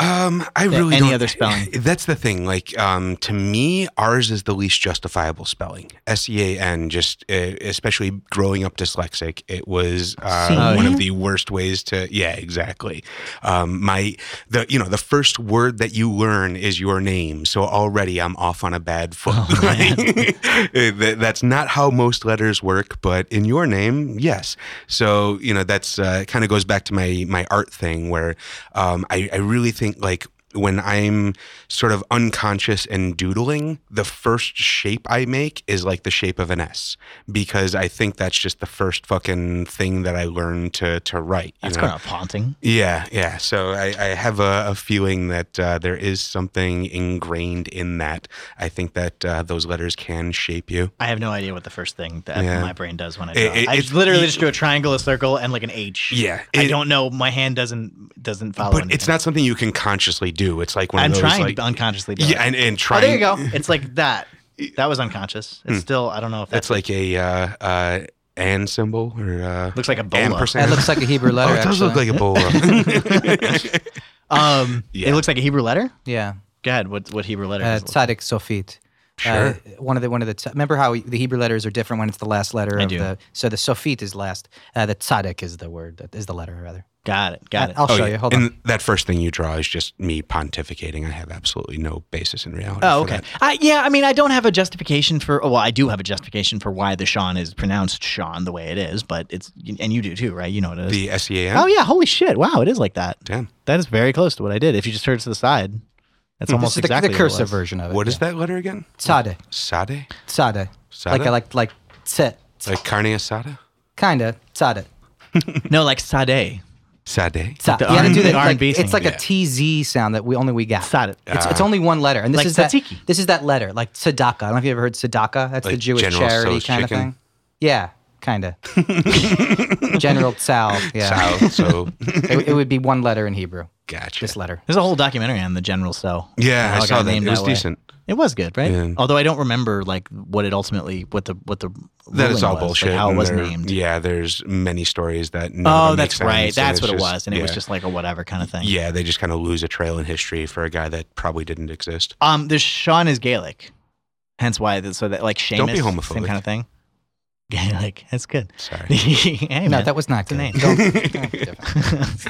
B: Um, I really
A: any
B: don't-
A: other spelling.
B: That's the thing. Like, um, to me, ours is the least justifiable spelling. S E A N. Just uh, especially growing up dyslexic, it was uh,
A: See?
B: one of the worst ways to. Yeah, exactly. Um, my the you know the first word that you learn is your name, so already I'm off on a bad foot. Like, that- that's not how most letters work, but in your name, yes. So you know that's uh, kind of goes back to my my art thing where um, I, I really think like when I'm sort of unconscious and doodling, the first shape I make is like the shape of an S because I think that's just the first fucking thing that I learned to to write. You
A: That's
B: know?
A: kind of haunting.
B: Yeah, yeah. So I, I have a, a feeling that uh, there is something ingrained in that. I think that uh, those letters can shape you.
A: I have no idea what the first thing that
B: Yeah.
A: my brain does when I
B: It-
A: draw.
B: it-
A: I
B: it's-
A: literally
B: you-
A: just do a triangle, a circle, and like an H.
B: Yeah,
A: I
B: it-
A: don't know. My hand doesn't doesn't follow.
B: But
A: anything.
B: it's not something you can consciously do. It's like one
A: I'm
B: of those
A: trying
B: like
A: to unconsciously. Do
B: yeah,
A: it.
B: and, and
A: Oh,
B: trying.
A: there you go. It's like that. That was unconscious. It's still. I don't know if that's
B: That's like a uh, uh, and symbol or uh,
A: looks like a bola.
B: ampersand.
E: That looks like a Hebrew
B: oh,
E: letter.
B: it does look
E: actually.
B: like a bola.
A: Um,
B: Yeah.
A: it looks like a Hebrew letter.
E: yeah.
A: God, what what Hebrew letter?
E: Uh,
A: is it?
E: tzaddik sofit. Uh,
B: Sure.
E: one of the one of the t- remember how the Hebrew letters are different when it's the last letter
A: I
E: of
A: do.
E: the so the sofit is last uh, the tzaddik is the word that is the letter rather.
A: got it. Got
E: I-
A: it.
E: I'll
B: Oh,
E: show
B: yeah.
E: you. Hold
B: and
E: on.
B: that first thing you draw is just me pontificating. I have absolutely no basis in reality.
A: Oh,
B: for
A: okay.
B: that.
A: I, yeah, I mean, I don't have a justification for. Well, I do have a justification for why the Sean is pronounced Sean the way it is, but it's and you do too, right? You know what it is.
B: The S E A N.
A: oh yeah, holy shit! Wow, it is like that.
B: Damn.
A: That is very close to what I did. If you just turn to the side,
B: Mm,
A: that's
E: This is
A: almost
E: the,
A: exactly
E: the
A: what it
E: cursive
A: was.
E: version of it.
B: What is that letter again?
E: Tzaddik.
B: Sade?
E: Tzaddik. Like
B: Tzaddik?
E: I like like tzit.
B: Like carne asada?
E: Kinda tzaddik.
A: No, like Sade.
B: Sade?
E: Tzad.
A: The
E: You had
A: R-
E: to do that.
A: the
E: Like,
A: R&B
E: it's
A: thing.
E: like a
B: Yeah.
E: TZ sound that we only we got.
A: Tzaddik.
E: It's, it's only one letter, and this
A: Like
E: is that.
A: tzatziki.
E: This is that letter, like tzedakah. I don't know if you ever heard tzedakah. That's the
B: Like
E: Jewish
B: General
E: charity
B: Tso's
E: kind
B: chicken?
E: of thing. Yeah, kind of. General Tsal. Yeah,
B: Sal, so
E: It, it would be one letter in Hebrew.
B: gotcha.
E: This letter.
A: There's a whole documentary on the General So.
B: Yeah,
A: How
B: I
A: it
B: saw
A: got
B: that. It
A: named
B: was
A: way.
B: decent.
A: It was good, right?
B: Yeah.
A: Although I don't remember like what it ultimately what the what the ruling
B: That is all
A: was, like,
B: bullshit.
A: how it
B: and
A: was
B: there-
A: named.
B: Yeah, there's many stories that. none of
A: Oh,
B: them make
A: that's right.
B: sense, and
A: That's
B: it's
A: what it
B: just-
A: was, and it was
B: yeah.
A: just like a whatever kind of thing.
B: Yeah, they just kind of lose a trail in history for a guy that probably didn't exist.
A: Um, the Sean is Gaelic, hence why the, so that like Seamus,
B: Don't be
A: same
B: homophobic.
A: kind of thing. Gaelic, that's good.
B: Sorry.
A: hey,
E: No,
A: man.
E: that was not
A: the name.
E: good. Don't- don't be different.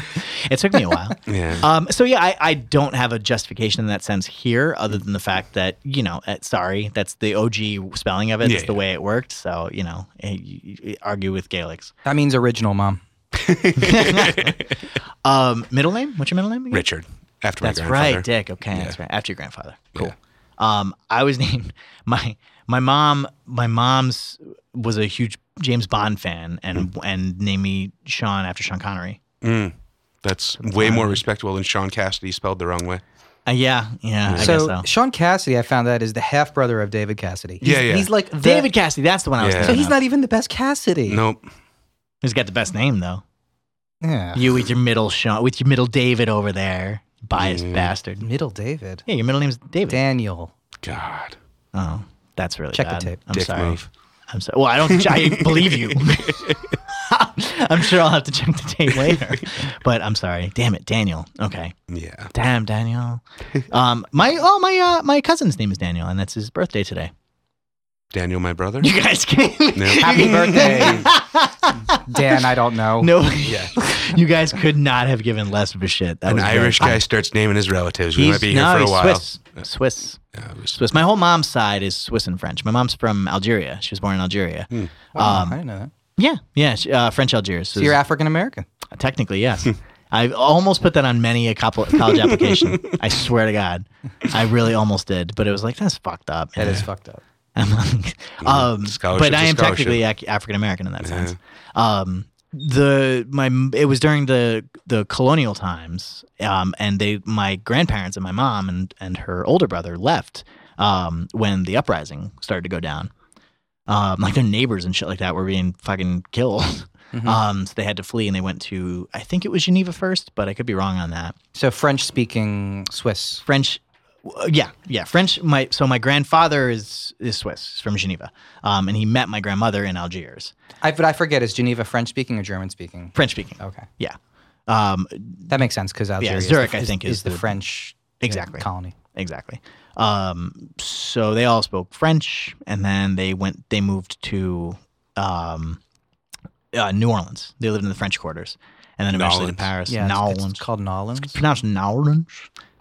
A: it took me a while.
B: Yeah.
A: Um, so yeah, I, I don't have a justification in that sense here, other than the fact that you know, eh, sorry, that's the OG spelling of it.
B: Yeah,
A: It's the
B: yeah.
A: way it worked. So you know, eh, you- you argue with Gaelics.
E: that means original, mom.
A: Um, middle name? What's your middle name? again?
B: Richard, after
A: That's
B: my
A: right,
B: grandfather.
A: Dick. Okay, that's right. After your grandfather. Cool.
B: Yeah.
A: Um, I was named my my mom my mom's was a huge James Bond fan and
B: Hmm.
A: and named me Sean after Sean Connery.
B: Mm. That's way more respectable than Sean Cassidy spelled the wrong way.
A: Uh, yeah, yeah, I
E: so,
A: guess so.
E: Sean Cassidy, I found out, is the half brother of David Cassidy. He's,
B: Yeah, yeah.
E: He's like the-
A: David Cassidy, that's the one I was
B: Yeah.
A: thinking.
E: So he's
A: of.
E: not even the best Cassidy.
B: Nope.
A: He's got the best name though.
E: Yeah.
A: You with your middle Sean, with your middle David over there, biased bastard.
E: Middle David.
A: Yeah, your middle name's David.
E: Daniel.
B: God.
A: Oh, that's really
E: Check the
A: bad.
E: tape.
A: I'm
B: Dick
A: sorry.
B: move.
A: I'm sorry. Well, I don't. I believe you. I'm sure I'll have to check the tape later. But I'm sorry. Damn it, Daniel. Okay.
B: Yeah.
A: Damn, Daniel. Um, my oh my uh, my cousin's name is Daniel, and that's his birthday today.
B: Daniel, my brother.
A: You guys can't.
B: No.
E: Happy birthday. Dan, I don't know.
A: No, you guys could not have given less of a shit. That
B: An
A: was great.
B: Irish guy starts naming his relatives. We
A: He's-
B: might be here
A: no,
B: for a
A: he's
B: while.
A: Swiss. Swiss.
B: Yeah, it was-
A: Swiss. My whole mom's side is Swiss and French. My mom's from Algeria. She was born in Algeria.
B: Hmm.
E: Wow,
A: Um,
E: Oh, I didn't know that.
A: Yeah, yeah. She, uh, French Algiers.
E: So you're African American.
A: Technically, yes. I almost put that on many a couple college application. I swear to God, I really almost did, but it was like that's fucked up.
E: That is fucked up.
A: I'm like- um,
B: scholarship's
A: but I
B: a
A: am technically
B: scholarship.
A: ac- African American in that sense. Um, the my it was during the the colonial times, um, and they my grandparents and my mom and and her older brother left um, when the uprising started to go down. Um, like their neighbors and shit like that were being fucking killed.
B: Mm-hmm.
A: Um, so they had to flee and they went to I think it was Geneva first, but I could be wrong on that.
E: So French speaking Swiss.
A: French. w- Yeah, yeah, French. My so my grandfather is is Swiss, he's from Geneva, um, and he met my grandmother in Algiers,
E: I, but I forget, is Geneva French speaking or German speaking?
A: French speaking. oh,
E: Okay.
A: Yeah, um,
E: That makes sense because Algeria is the-
A: Zurich, I think,
E: is,
A: is
E: the,
A: the-
E: French uh,
A: Exactly.
E: colony.
A: exactly. Um, so they all spoke French, and then they went. They moved to um, uh, New Orleans. They lived in the French quarters, and then eventually
B: Nolens.
A: to Paris.
E: Yeah, it's- it's,
A: Nolens.
E: called Nolens.
A: pronounced Nowlands,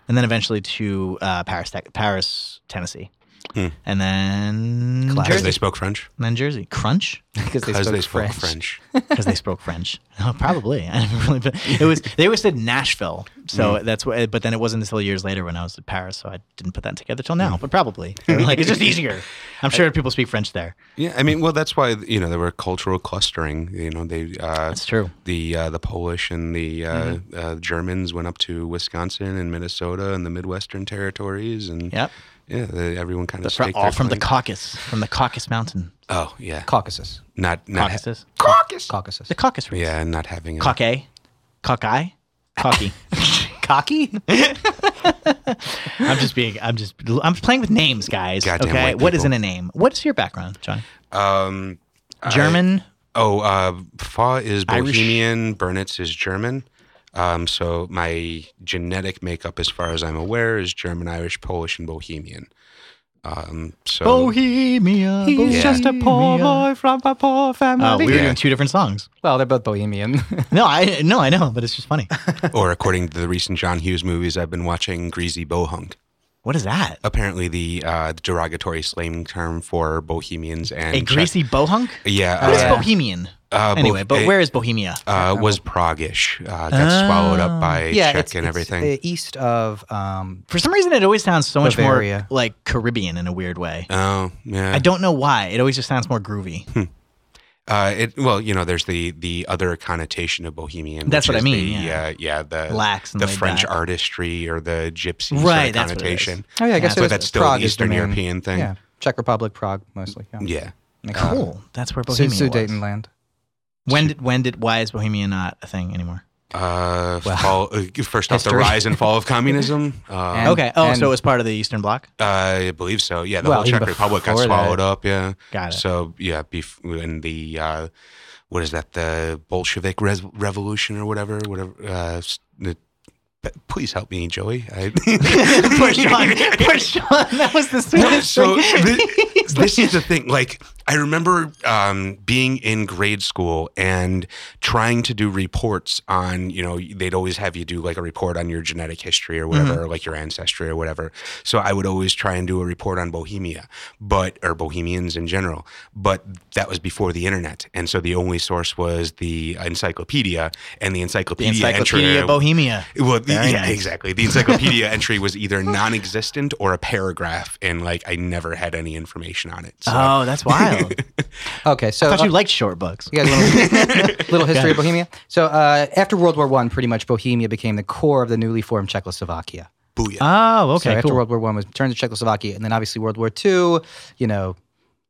A: and then eventually to uh, Paris, Tex- Paris, Tennessee,
B: Hmm.
A: and then
E: Classic.
B: Because
A: Jersey.
B: they spoke French.
A: And then Jersey, Crunch.
E: Because they
B: Because
E: spoke
B: they spoke
E: French.
B: French.
A: because they spoke French. Oh, probably. I haven't really been. It was they always said Nashville, so
B: Mm.
A: that's what. But then it wasn't until years later when I was at Paris, so I didn't put that together till
B: Mm.
A: now. But probably They were like it's just easier. I'm sure people speak French there.
B: Yeah, I mean, well, that's why you know there were cultural clustering. You know, they uh,
A: That's true. Mm-hmm.
B: the uh, the Polish and the uh, uh, Germans went up to Wisconsin and Minnesota and the Midwestern territories, and
A: Yep.
B: yeah, the, everyone kind of
A: Fr-
B: staked
A: all
B: their
A: from the
B: claim.
A: Caucasus, from the Caucasus Mountain,
B: oh yeah,
E: Caucasus.
B: not not ha-
A: Caucasus,
B: Caucus.
E: Caucasus.
A: the Caucasus. Region.
B: Yeah, and not having a,
A: Cockeye, cockeye, cocky.
E: cocky?
A: I'm just being. I'm just. I'm playing with names, guys.
B: Goddamn
A: okay.
B: white
A: What isn't a
B: people.
A: name? What's your background, John?
B: um I-
A: German.
B: oh, uh, Fa is
A: Irish.
B: Bohemian, Bernitz is German. Um, so my genetic makeup, as far as I'm aware, is German, Irish, Polish, and Bohemian. Um, so
A: Bohemia.
E: He's just a poor
A: Bohemia.
E: boy from a poor family.
A: Oh, we were
B: Yeah.
A: doing two different songs.
E: well, they're both bohemian.
A: No, I no, I know, but it's just funny.
B: or according to the recent John Hughes movies, I've been watching Greasy Bohunk.
A: What is that?
B: Apparently, the uh, derogatory slang term for Bohemians and
A: A
B: Czech-
A: greasy bohunk?
B: yeah,
A: What is
B: uh,
A: bohemian?
B: uh, Bo-
A: anyway, but
B: it,
A: where is Bohemia?
B: uh, was Pragish uh, got swallowed
A: Oh.
B: up by
E: yeah,
B: Czech
E: it's,
B: and
E: it's,
B: everything.
E: uh, east of um,
A: For some reason, it always sounds so much
E: Bavaria.
A: more like Caribbean in a weird way.
B: oh yeah,
A: I don't know why. It always just sounds more groovy.
B: Uh, it, well, you know, there's the the other connotation of bohemian.
A: That's what
B: which
A: I
B: is
A: mean,
B: The,
A: yeah.
B: Uh, yeah, the
A: Lax and
B: the
A: laid
B: French
A: back.
B: artistry or the
A: Right,
B: gypsy sort of
A: that's what it is.
B: connotation.
E: Oh yeah, I guess
B: But
E: it was,
B: that's still
E: Prague
B: an
E: is the
B: Eastern
E: main-
B: European thing.
E: Yeah, Czech Republic, Prague mostly. Yeah,
B: Yeah.
E: Like, uh,
A: Cool. That's where
E: Su-
A: Bohemia was.
E: Sudetenland.
A: When did when did why is Bohemia not a thing anymore?
B: Uh, fall, uh, first off, the
E: history.
B: rise and fall of communism. Uh,
E: And-
A: okay. Oh,
E: and-
A: so it was part of the Eastern Bloc.
B: I believe so. Yeah, the
E: Well,
B: whole Czech
E: even
B: Republic got
E: before that.
B: swallowed up. Yeah.
A: Got it.
B: So yeah, bef- and the uh, what is that? The Bolshevik res- revolution or whatever. Whatever. Uh, s- the, p- please help me, Joey. I,
A: push on, push on. That was the
B: No,
A: sweetest
B: so
A: thing.
B: thi- this is the thing. Like I remember um, being in grade school and trying to do reports on, you know, they'd always have you do like a report on your genetic history or whatever,
A: Mm-hmm.
B: or like your ancestry or whatever. So I would always try and do a report on Bohemia, but, or Bohemians in general. But that was before the internet. And so the only source was the encyclopedia and the
A: The
B: encyclopedia,
A: Encyclopedia
B: entry-
A: Bohemia.
B: well, the-
A: Very
B: yeah,
A: nice.
B: exactly. The encyclopedia entry was either non-existent or a paragraph, and like I never had any information on it. So.
A: Oh, that's wild.
E: Okay, so
A: I thought
E: uh,
A: you liked short books.
E: You guys, little, little history of Bohemia. So uh, after World War One, pretty much Bohemia became the core of the newly formed Czechoslovakia.
B: Booyah!
A: Oh,
E: so
A: okay,
E: after
A: cool.
E: World War One was turned to Czechoslovakia, and then obviously World War Two. You know,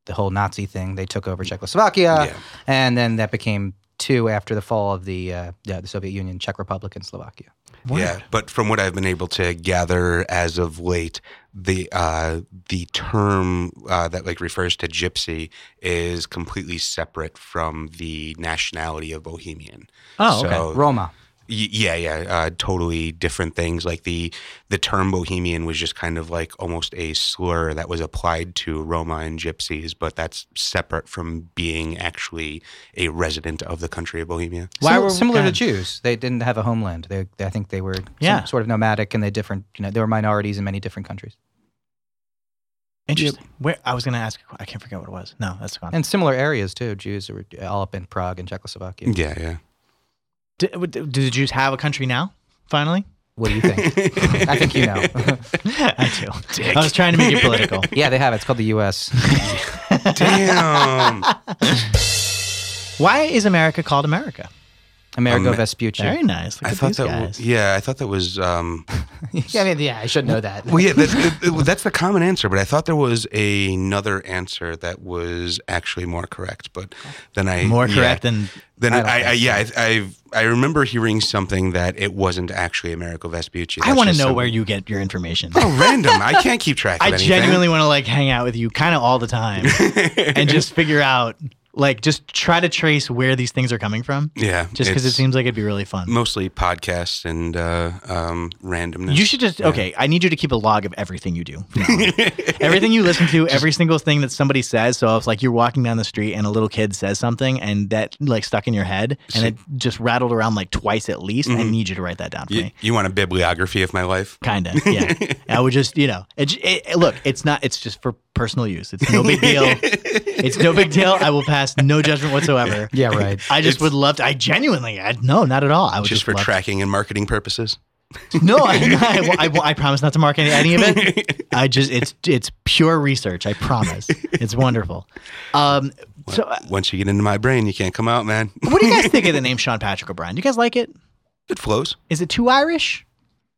E: the whole Nazi thing. They took over Czechoslovakia,
B: Yeah.
E: and then that became two after the fall of the uh, yeah, the Soviet Union, Czech Republic, and Slovakia.
B: Yeah, but from what I've been able to gather as of late, the uh, the term uh, that like refers to gypsy is completely separate from the nationality of Bohemian.
A: Oh, okay.
B: So-
E: Roma.
B: Y- yeah yeah uh, totally different things like the the term bohemian was just kind of like almost a slur that was applied to roma and gypsies but that's separate from being actually a resident of the country of bohemia
A: Why
E: Why
A: were-
E: similar
A: go
E: to
A: ahead.
E: Jews? They didn't have a homeland. They, they- I think they were some
A: Yeah.
E: sort of nomadic, and they different. You know, they were minorities in many different countries.
A: Interesting. Where I was going to ask, I can't forget what it was. No, that's gone.
E: and similar areas too. Jews were all up in Prague and Czechoslovakia.
B: yeah yeah
A: Do, would- do the Jews have a country now? Finally,
E: What do you think? I think you know.
A: I do. I was trying to make it political.
E: yeah, they have it. It's called the U.S.
B: damn
A: Why is America called America?
E: Amerigo
B: Um,
E: Vespucci.
A: Very nice. Look
B: i
A: at
B: thought
A: these
B: that
A: guys.
B: w- yeah i thought that was um
E: yeah, I mean, yeah, I should know that.
B: well yeah that's, that's the common answer but i thought there was another answer that was actually more correct but then i
A: more
B: yeah.
A: correct than
B: Then I,
E: don't
B: I,
E: think
B: yeah, I, I've, I remember hearing something that it wasn't actually Americo Vespucci.
A: I
B: That's
A: want to
B: just
A: know
B: some-
A: where you get your information.
B: Oh, random. I can't keep track. Of
A: I
B: anything.
A: genuinely want to like hang out with you kind of all the time and just figure out like just try to trace where these things are coming from.
B: Yeah,
A: Just because it
B: it's
A: seems like it'd be really fun.
B: mostly podcasts and uh, um, randomness.
A: You should just okay. I need you to keep a log of everything you do, from now on. everything you listen to, every single thing that somebody says. So if like you're walking down the street and a little kid says something and that like stuck in your head and it just rattled around like twice at least,
B: Mm-hmm.
A: I need you to write that down for
B: You,
A: me. Oh,
B: you want a bibliography of my life?
A: Kind of, yeah. I would just, you know, it, j- it, it- look, it's not, it's just for personal use. It's no big deal. it's no big deal. I will pass no judgment whatsoever.
E: yeah, right.
A: I just would love to. I genuinely, I, no, not at all. I would
B: Just
A: just,
B: for
A: love to-
B: tracking and marketing purposes.
A: No, I, I, I, I promise not to mark any, any of it. I just, it's, it's pure research. I promise. It's wonderful. Um, so, uh,
B: Once you get into my brain, you can't come out, man.
A: what do you guys think of the name Sean Patrick O'Brien? Do you guys like it?
B: It flows.
A: Is it too Irish?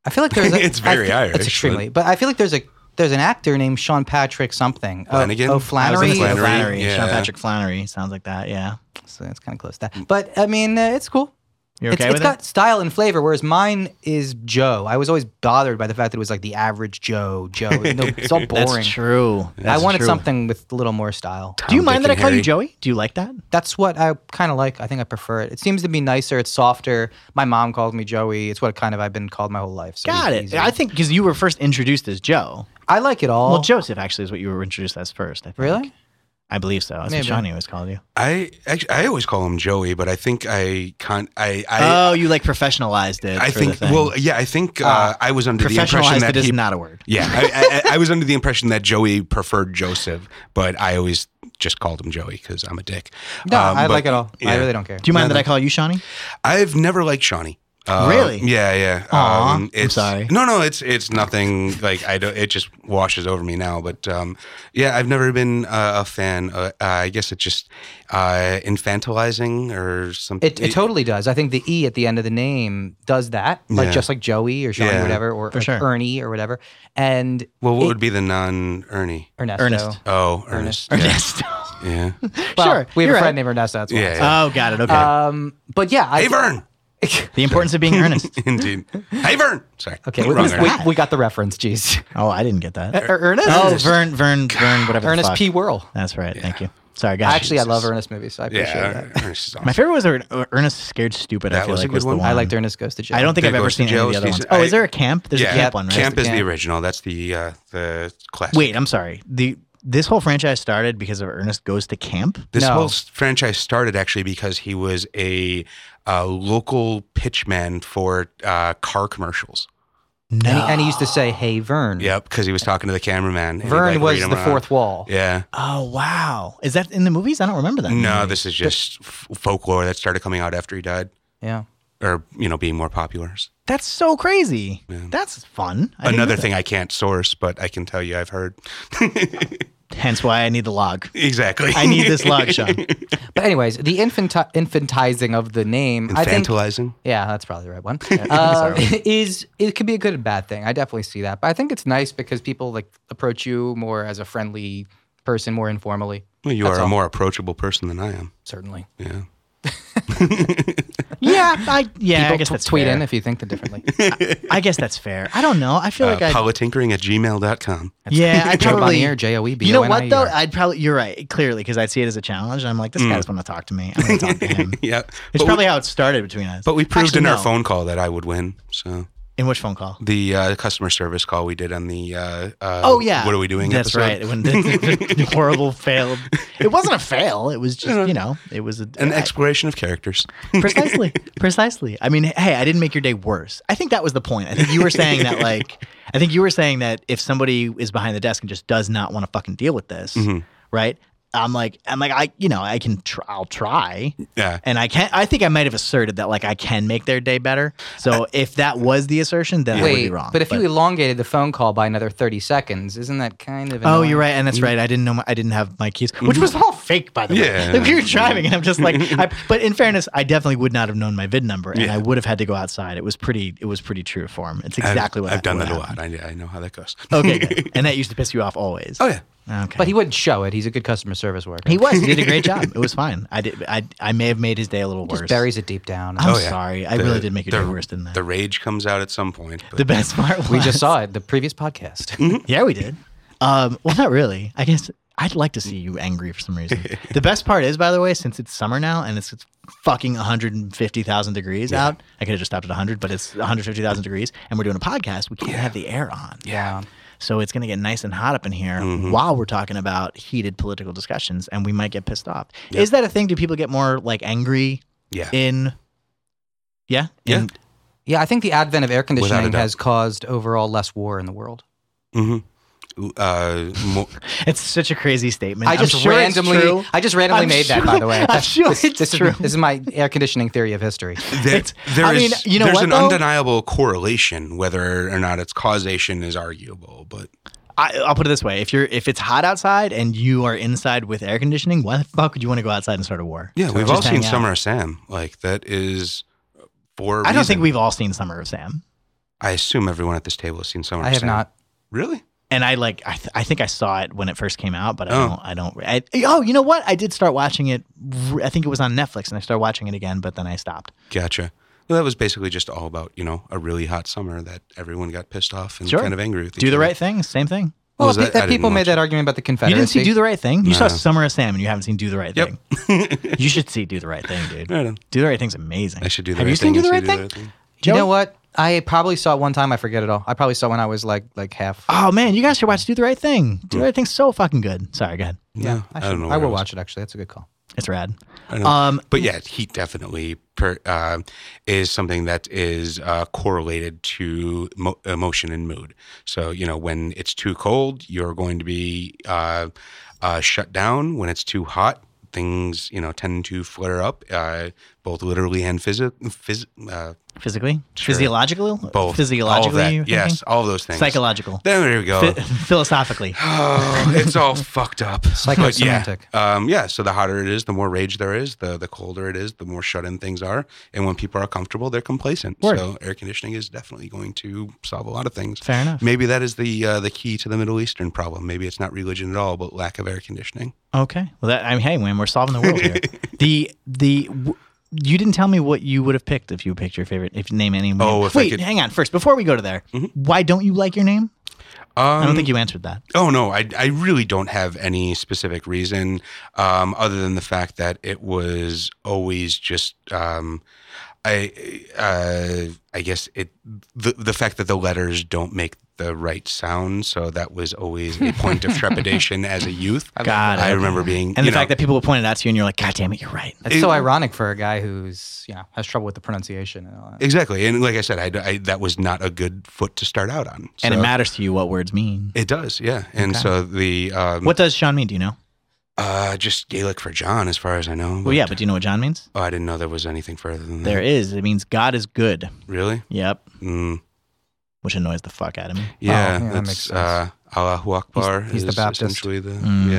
E: I feel like there's. A,
B: It's
E: I
B: very
E: thi-
B: Irish,
E: It's extremely. But I feel like there's a there's an actor named Sean Patrick something.
B: Flanagan?
E: Oh,
A: I was gonna
E: Flannery.
A: say
B: Flannery,
A: Flannery. Sean
B: yeah.
A: Patrick Flannery sounds like that. Yeah,
E: So that's kind of close. to That. But I mean, uh, it's cool.
A: you're okay
E: it's,
A: with
E: it's
A: it?
E: got style and flavor, whereas mine is Joe. I was always bothered by the fact that it was like the average Joe. Joe. No, it's all boring.
A: That's true.
E: I wanted
A: true.
E: something with a little more style.
A: Do you
B: Tom,
A: mind
B: Dick,
A: that I
B: and
A: call you
B: Harry.
A: Joey? Do you like that?
E: That's what I kind of like. I think I prefer it. It seems to be nicer. It's softer. My mom calls me Joey. It's what kind of I've been called my whole life. So
A: Got
E: it's
A: it.
E: easy.
A: I think because you were first introduced as Joe.
E: I like it all.
A: Well, Joseph actually is what you were introduced as first. I think.
E: Really?
A: I believe so. That's
E: Maybe.
A: what Shawnee always called you.
B: I actually, I always call him Joey, but I think I can't. I, I
A: oh, you like professionalized it.
B: I
A: for the
B: think.
A: thing. Ah,
B: Well, yeah, I think uh, I was under the impression
A: professionalized
B: that
A: it is
B: he
A: not a word.
B: Yeah, I, I, I was under the impression that Joey preferred Joseph, but I always just called him Joey because I'm a dick.
E: No,
B: Um,
E: I
B: but,
E: like it all.
B: yeah.
E: I really don't care.
A: Do you mind that I call you Shawnee?
B: I've never liked Shawnee. Uh,
A: Really?
B: Yeah, yeah. Um,
A: Aw, I'm
B: it's,
A: sorry.
B: No, no, it's it's nothing. Like I don't. It just washes over me now. But um, yeah, I've never been uh, a fan. Uh, uh, I guess it just uh, infantilizing or something.
E: It, it totally does. I think the E at the end of the name does that, like
B: Yeah.
E: just like Joey or Sean
B: Yeah.
E: or whatever, or like
A: sure.
E: Ernie or whatever. And
B: well, what
E: it-
B: would be the non Ernie?
E: Ernesto.
A: Ernest.
B: Oh, Ernest.
A: Ernesto.
B: Yeah. yeah.
E: Well,
A: Sure,
E: We
A: you're
E: have a
A: right.
E: friend named Ernesto. That's why.
B: Yeah, yeah.
A: Oh, got it. Okay.
E: Um, but yeah, Uh, I,
B: Hey, Vern.
A: the importance of being earnest.
B: Indeed. Hey, Vern. Sorry.
E: okay, we,
B: Wrong
E: we,
B: Ernest.
E: we- we got the reference. Jeez,
A: Oh, I didn't get that.
E: Er- Ernest.
A: Oh, Vern, Vern, Vern, whatever. the
E: Ernest
A: fuck.
E: P. Whirl.
A: That's right. Thank you. Sorry, guys.
E: Actually, I love Ernest movies, so I appreciate that.
B: Yeah, Ernest is awesome.
A: My favorite was Er- Er- Ernest Scared Stupid. I
B: That
A: feel
B: was a
A: like
B: good
A: was the
B: one.
A: one.
B: I
E: I liked Ernest Goes to Jail.
A: I don't think
B: There
A: I've ever
B: goes the
A: seen any of the
B: jail
A: other ones.
B: season.
A: Oh, is
B: I-
A: there a camp? There's a camp one, right?
B: Camp is the
E: camp.
B: original. That's the uh, the, the classic.
A: Wait, I'm sorry. The this whole franchise started because of Ernest Goes to Camp.
B: This
E: No.
B: whole s- franchise started actually because he was a, uh local pitchman for uh, car commercials.
A: No.
E: And, he, and he used to say, "Hey,
A: Mm.
E: Vern."
B: Yep, because he was talking to the cameraman. and he'd,
E: Vern
B: like,
E: was
B: read him
E: the
B: off.
E: fourth wall.
B: Yeah.
A: oh wow, is that in the movies? I don't remember that. in the
B: No,
A: movies.
B: this is just f- folklore that started coming out after he died,
E: Yeah.
B: or you know, being more popular.
A: that's so crazy.
B: Yeah.
A: That's fun. I didn't
B: Another
A: know
B: thing I can't source, but I can tell you I've heard.
A: that. Hence why I need the log.
B: exactly.
A: I need this log, Sean.
E: But anyways, the infanti- infantizing of the name, I think,
B: Infantilizing.
E: yeah, that's probably the right one. Uh, is it could be a good and bad thing. I definitely see that, but I think it's nice because people like approach you more as a friendly person, more informally.
B: Well, you
E: That's
B: are
E: all.
B: a more approachable person than I am.
E: Certainly,
B: Yeah.
A: Yeah, I yeah.
E: people
A: I guess
E: t-
A: that's
E: tweet
A: fair.
E: in if you think that differently.
A: I guess that's fair. I don't know. I feel
B: Uh,
A: like I.
B: politinkering at gmail.com.
A: yeah, I
E: Joe
A: probably.
E: Bonnier, J O E B
A: You
E: O
A: know
E: N I E
A: what though?
E: R.
A: I'd probably. You're right. Clearly, because I'd see it as a challenge. And I'm like, this guy doesn't want to talk to me. I'm going to talk to him.
B: yeah.
A: It's Uh-huh.
B: Hmm. But we,
A: probably how it started between us.
B: but we proved
A: Actually,
B: in our
A: no.
B: phone call that I would win. So
A: In which phone call?
B: the uh, customer service call we did on the. Uh, uh,
A: Oh yeah.
B: What are we doing?
A: That's
B: episode.
A: right. When the, the horrible failed. It wasn't a fail. It was just you know. It was a,
B: An exploration of characters.
A: precisely precisely i mean hey i didn't make your day worse i think that was the point i think you were saying that like i think you were saying that if somebody is behind the desk and just does not want to fucking deal with this
E: Mm-hmm.
A: right i'm like i'm like i you know i can tr- i'll try
B: Yeah.
A: and i can't i think i might have asserted that like i can make their day better so if that was the assertion then i would
E: Wait,
A: be wrong
E: but if you elongated the phone call by another thirty seconds, isn't that kind of?
A: Oh,
E: annoying?
A: you're right, and that's right. I didn't know my, I didn't have my keys, which was all fake, by the way.
B: Mm-hmm. Yeah.
A: Like, we were driving, and I'm just like, I, but in fairness, I definitely would not have known my VIN number, and
B: Yeah.
A: I would have had to go outside. It was pretty. It was pretty true to form. It's
B: I've-
A: exactly what
B: I've done
A: what
B: that a lot.
A: happened.
B: I, I know how that goes.
A: Okay, good. and that used to piss you off always.
B: oh yeah.
A: Okay,
E: But he wouldn't show it. He's a good customer service worker.
A: he was he did a great job. It was fine. I did. I I may have made his day a little
E: just
A: worse.
E: buries it deep down.
A: I'm
B: Oh, yeah.
A: sorry. I
B: The-
A: really did make your
B: the-
A: day worse than that.
B: The
A: The,
B: rage comes out at some point. but-
A: best part. Was,
E: we just saw it the previous podcast.
A: Yeah, we did. Um, well, not really. I guess I'd like to see you angry for some reason. the best part is, by the way, since it's summer now and it's, it's fucking 150,000 degrees out, I could have just stopped at 100, but it's 150,000 degrees and we're doing a podcast. We can't have the air on.
E: yeah.
A: So it's going to get nice and hot up in here
B: Mhm.
A: while we're talking about heated political discussions and we might get pissed off. Is that a thing? Do people get more like angry
B: yeah.
A: in. Yeah?
B: Yeah.
A: In-
E: Yeah, I think the advent of air
B: a
E: conditioning
B: doubt.
E: has caused overall less war in the world.
B: Mm-hmm. Uh, mo-
A: it's such a crazy statement.
E: I
A: I'm
E: just
A: sure it's true.
E: randomly, I just randomly
A: I'm
E: made
A: sure-
E: that. By the way,
A: I'm sure
E: this,
A: it's
E: this
A: true.
E: Is, this is my air conditioning theory of history.
B: there,
A: It's-
B: there
A: I
B: is-
A: mean, you know
B: there's
A: what,
B: an
A: though?
B: undeniable correlation. Whether or not its causation is arguable, but
A: I, I'll put it this way: if you're if it's hot outside and you are inside with air conditioning, why the fuck would you want to go outside and start a war?
B: yeah, we've
A: Just
B: all seen
A: hang out.
B: Summer of Sam. Like that is for. a
A: I don't
B: reason.
A: think we've all seen Summer of Sam,
B: I assume everyone at this table has seen Summer.
E: I
B: of
E: have
B: Sam.
E: not.
B: really.
A: and I like I, th- I think I saw it when it first came out, but I
B: Oh.
A: don't I don't I, oh you know what I did start watching it r- I think it was on Netflix and I started watching it again, but then I stopped.
B: Gotcha. Well, that was basically just all about you know a really hot summer that everyone got pissed off and
A: Sure.
B: kind of angry with.
A: Do
B: each
A: the
B: other.
A: right thing, same thing.
E: Well,
B: was
E: pe-
B: that?
E: that,
B: I didn't
E: people
B: watch
E: made that argument about the
A: You
E: Confederacy.
A: didn't see Do the Right Thing. You saw
B: No.
A: Summer of Sam and you haven't seen Do the Right
B: Yep.
A: Thing. you should see Do the Right Thing, dude.
B: Right on.
A: Do the Right Thing's amazing.
B: I should do the
A: Have
B: right
A: you
B: thing.
A: seen Do the
B: I
A: Right
B: should
A: Thing?
E: you
A: Joey?
E: know what? I probably saw it one time. I forget it all. I probably saw it when I was like like half.
A: Oh man, you guys should watch Do the Right Thing.
B: Hmm.
A: Do the Right Thing's so fucking good. Sorry, go ahead.
B: Yeah,
E: I,
B: I,
E: should,
B: don't know.
E: I
B: where
E: will
B: was.
E: watch it actually. That's a good call.
A: It's rad.
B: I don't-
A: Um,
B: But yeah, heat definitely per, uh, is something that is uh, correlated to mo- emotion and mood. So you know, when it's too cold, you're going to be uh, uh, shut down. When it's too hot, things you know tend to flare up, uh, both literally and phys- phys- uh,
A: physically,
B: Sure.
A: physiological,
B: both
A: physiologically,
B: All
A: you're
B: of that.
A: thinking?
B: Yes, all of those things.
A: psychological,
B: There we go.
A: Phi- philosophically.
B: Oh, it's all fucked up. But
E: Psychosemantic.
B: Yeah. Um, yeah. So the hotter it is, the more rage there is. The the colder it is, the more shut in things are. And when people are comfortable, they're complacent.
A: Word.
B: So air conditioning is definitely going to solve a lot of things.
A: Fair enough.
B: Maybe that is the uh, the key to the Middle Eastern problem. Maybe it's not religion at all, but lack of air conditioning.
A: Okay. Well, that, I mean, hey, man, we're solving the world here. the the w- you didn't tell me what you would have picked if you picked your favorite. If you name any.
B: Oh,
A: name.
B: if I
A: wait,
B: could- Mm-hmm.
A: hang on. First, before we go to there, why don't you like your name?
B: Um,
A: I don't think you answered that.
B: Oh no, I, I really don't have any specific reason um, other than the fact that it was always just um, I uh, I guess it the the fact that the letters don't make the right sound, so that was always a point of trepidation as a youth.
A: God,
B: I remember being
A: And the
B: you know,
A: fact that people would point it out to you, and you're like, "God damn it, you're right."
E: That's so ironic for a guy who's you know has trouble with the pronunciation and all that.
B: exactly, and like I said, I, I- that was not a good foot to start out on.
A: And it
B: So-
A: matters to you what words mean.
B: It does, yeah. And so the um,
A: What does Sean mean? Do you know?
B: uh, just Gaelic for John, as far as I know.
A: Well, yeah, but do you know what John means?
B: oh, I didn't know there was anything further than
A: There is. It means God is good.
B: that. Really?
A: Yep.
B: Mm,
A: Which annoys the fuck out of me.
B: yeah,
E: Oh, yeah, that
B: that's
E: makes sense.
B: uh, Allahu Akbar.
E: He's- he's the
B: is
E: Baptist. Mm-hmm.
B: essentially the
A: Mhm.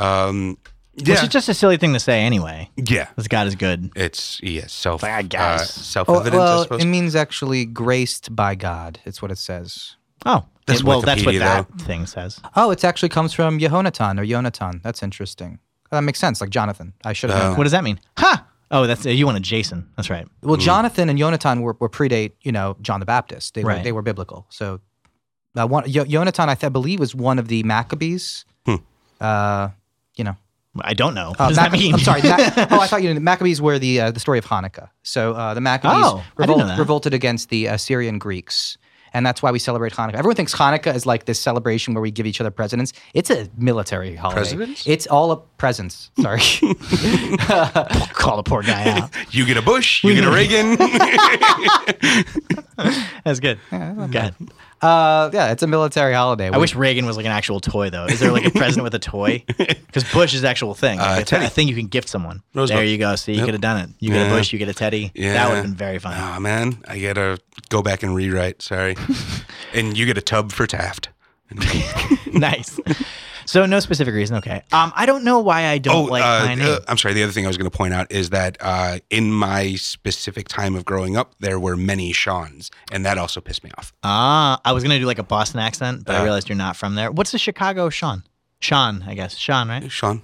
B: yeah. Um,
A: Which
B: yeah,
A: is just a silly thing to say anyway.
B: yeah.
A: Because God is good.
B: It's yeah, self
A: Bad
B: uh,
A: guys.
B: self-evident. I
E: Oh, well,
B: suppose.
E: it means actually graced by God. It's what it says.
A: Oh,
B: That's
A: it- well, that's what
B: Wikipedia,
A: that thing says.
E: Oh, it actually comes from Yehonatan or Yonatan. That's interesting. Uh, That makes sense. Like Jonathan, I should have. known
B: Oh.
E: that.
A: What does that mean? Ha! Oh, that's you wanted Jason. That's right.
E: Well,
B: Hmm.
E: Jonathan and Yonatan were, were predate, you know, John the Baptist. They were
A: Right.
E: they were biblical. So, uh, one, Yo- Yonatan, I, th- I believe, was one of the Maccabees.
B: Hmm.
E: Uh, you know,
A: I don't know.
E: uh,
A: what does
E: Mac-
A: that mean?
E: I'm sorry. Mac- oh, I thought you didn't. Maccabees were the uh, the story of Hanukkah. So uh, the Maccabees
A: Oh, I didn't know that.
E: revolted against the Assyrian Greeks. And that's why we celebrate Hanukkah. Everyone thinks Hanukkah is like this celebration where we give each other presents. It's a military holiday.
B: Presidents?
E: It's all a presents. Sorry.
A: Call the poor guy out.
B: you get a Bush, you get a Reagan.
A: That's good. God.
E: uh, yeah, it's a military holiday.
A: I wish Reagan was like an actual toy, though. Is there like a president with a toy? Because Bush is an actual thing. Like, it's
B: Teddy.
A: a thing you can gift someone.
B: Roosevelt.
A: There you go. See, you could have done it. You get
B: Yeah.
A: a Bush, you get a Teddy.
B: yeah,
A: That would have been very fun.
B: Oh man, I gotta go back and rewrite. Sorry, and you get a tub for Taft.
A: nice. So no specific reason. Okay. Um, I don't know why I don't like
B: uh,
A: my name.
B: uh, I'm sorry. The other thing I was going to point out is that uh, in my specific time of growing up, there were many Sean's, and that also pissed me off.
A: ah, I was gonna do like a Boston accent, but
B: Uh.
A: I realized you're not from there. What's the Chicago Sean? Sean, I guess. Sean, right?
B: Sean,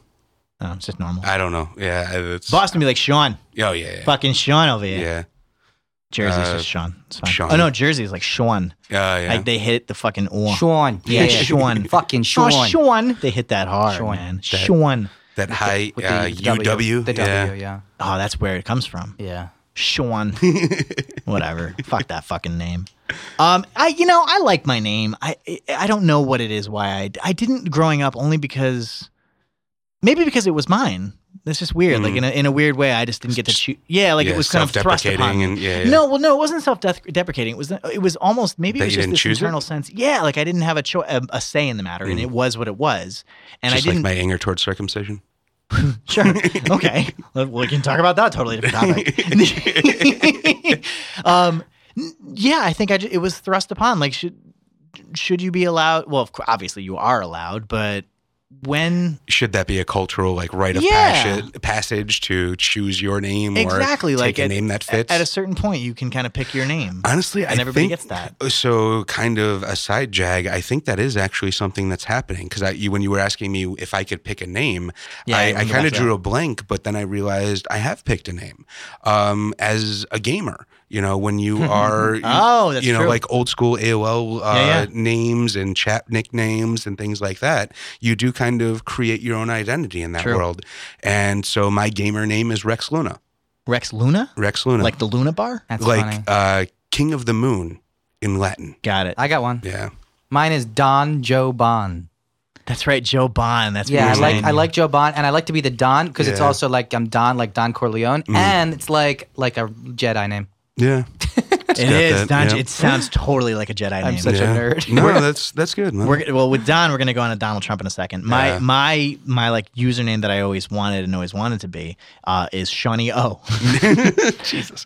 A: Oh, it's just normal.
B: I don't know. Yeah, it's, oh
A: Boston be like Sean,
B: yeah, yeah,
A: fucking Sean over here.
B: yeah, Oh,
A: Jersey's
B: Uh,
A: just Sean. It's fine.
B: Sean.
A: Oh no, Jersey's like Sean.
B: yeah, yeah.
A: Like they hit the fucking or.
E: Sean.
A: Yeah,
E: Yeah,
A: Sean.
E: Fucking
A: Oh,
E: Sean.
A: Sean. They hit that hard,
E: Sean.
A: man. Sean.
B: that high
E: With
B: uh, UW,
E: The
B: yeah.
E: W, yeah.
A: Oh, that's where it comes from.
E: Yeah.
A: Sean. Whatever. Fuck that fucking name. Um, I you know I like my name. I I- I don't know what it is why I I didn't growing up only because maybe because it was mine. That's just weird. Like in a, in a weird way, I just didn't get to choose. Yeah, like
B: Mm. yeah,
A: it was kind of thrust upon
B: self-deprecating
A: me.
B: and- yeah, yeah.
A: No, well, no, it wasn't self-deprecating. It was it was almost maybe it
B: That
A: was
B: you
A: just
B: didn't
A: this
B: choose it? Mm.
A: internal sense. Yeah, like I didn't have a, cho- a a say in the matter, and it was what it was. And
B: Just
A: I didn't
B: like my anger towards circumcision.
A: Sure. Okay. Well, we can talk about that totally different topic. um, n- yeah, I think I ju- it was thrust upon. Like, should should you be allowed? Well, of course, obviously you are allowed, but when
B: Should that be a cultural like rite of
A: Yeah.
B: passage, passage to choose your name
A: exactly
B: or
A: like
B: take a
A: at-
B: name that fits?
A: at a certain point, you can kind of pick your name.
B: Honestly,
A: and
B: I
A: everybody
B: think
A: gets that.
B: So, kind of a side jag. I think that is actually something that's happening because I, you, when you were asking me if I could pick a name,
A: Yeah, I
B: I, I
A: remember
B: kind of
A: that.
B: drew a blank, but then I realized I have picked a name um, as a gamer. You know, when you are,
A: Oh, that's
B: you know,
A: true.
B: like old school AOL uh,
A: Yeah, yeah.
B: names and chat nicknames and things like that. You do kind of create your own identity in that
A: True.
B: world. And so, my gamer name is Rex Luna.
A: Rex Luna,
B: Rex Luna,
A: like the Luna Bar.
E: That's funny.
B: like uh, King of the Moon in Latin.
A: Got it.
E: I got one.
B: Yeah.
E: Mine is Don Joe Bon.
A: That's right, Joe Bond. That's
E: Yeah, I
A: weird
E: like
A: name.
E: I like Joe Bon, and I like to be the Don because it's
B: Yeah. Mm.
E: also like I'm Don, like Don Corleone, and it's like like a Jedi name.
B: Yeah.
A: it.
B: got
A: Is
B: that,
A: Don,
B: yeah.
A: it sounds totally like a Jedi
E: I'm
A: name.
E: such
B: Yeah.
E: a nerd.
B: No, that's that's good. man.
A: We're, well, with Don, we're gonna go on to Donald Trump in a second. My
B: Yeah.
A: my my like username that I always wanted and always wanted to be uh, is Shawnee O.
B: Jesus.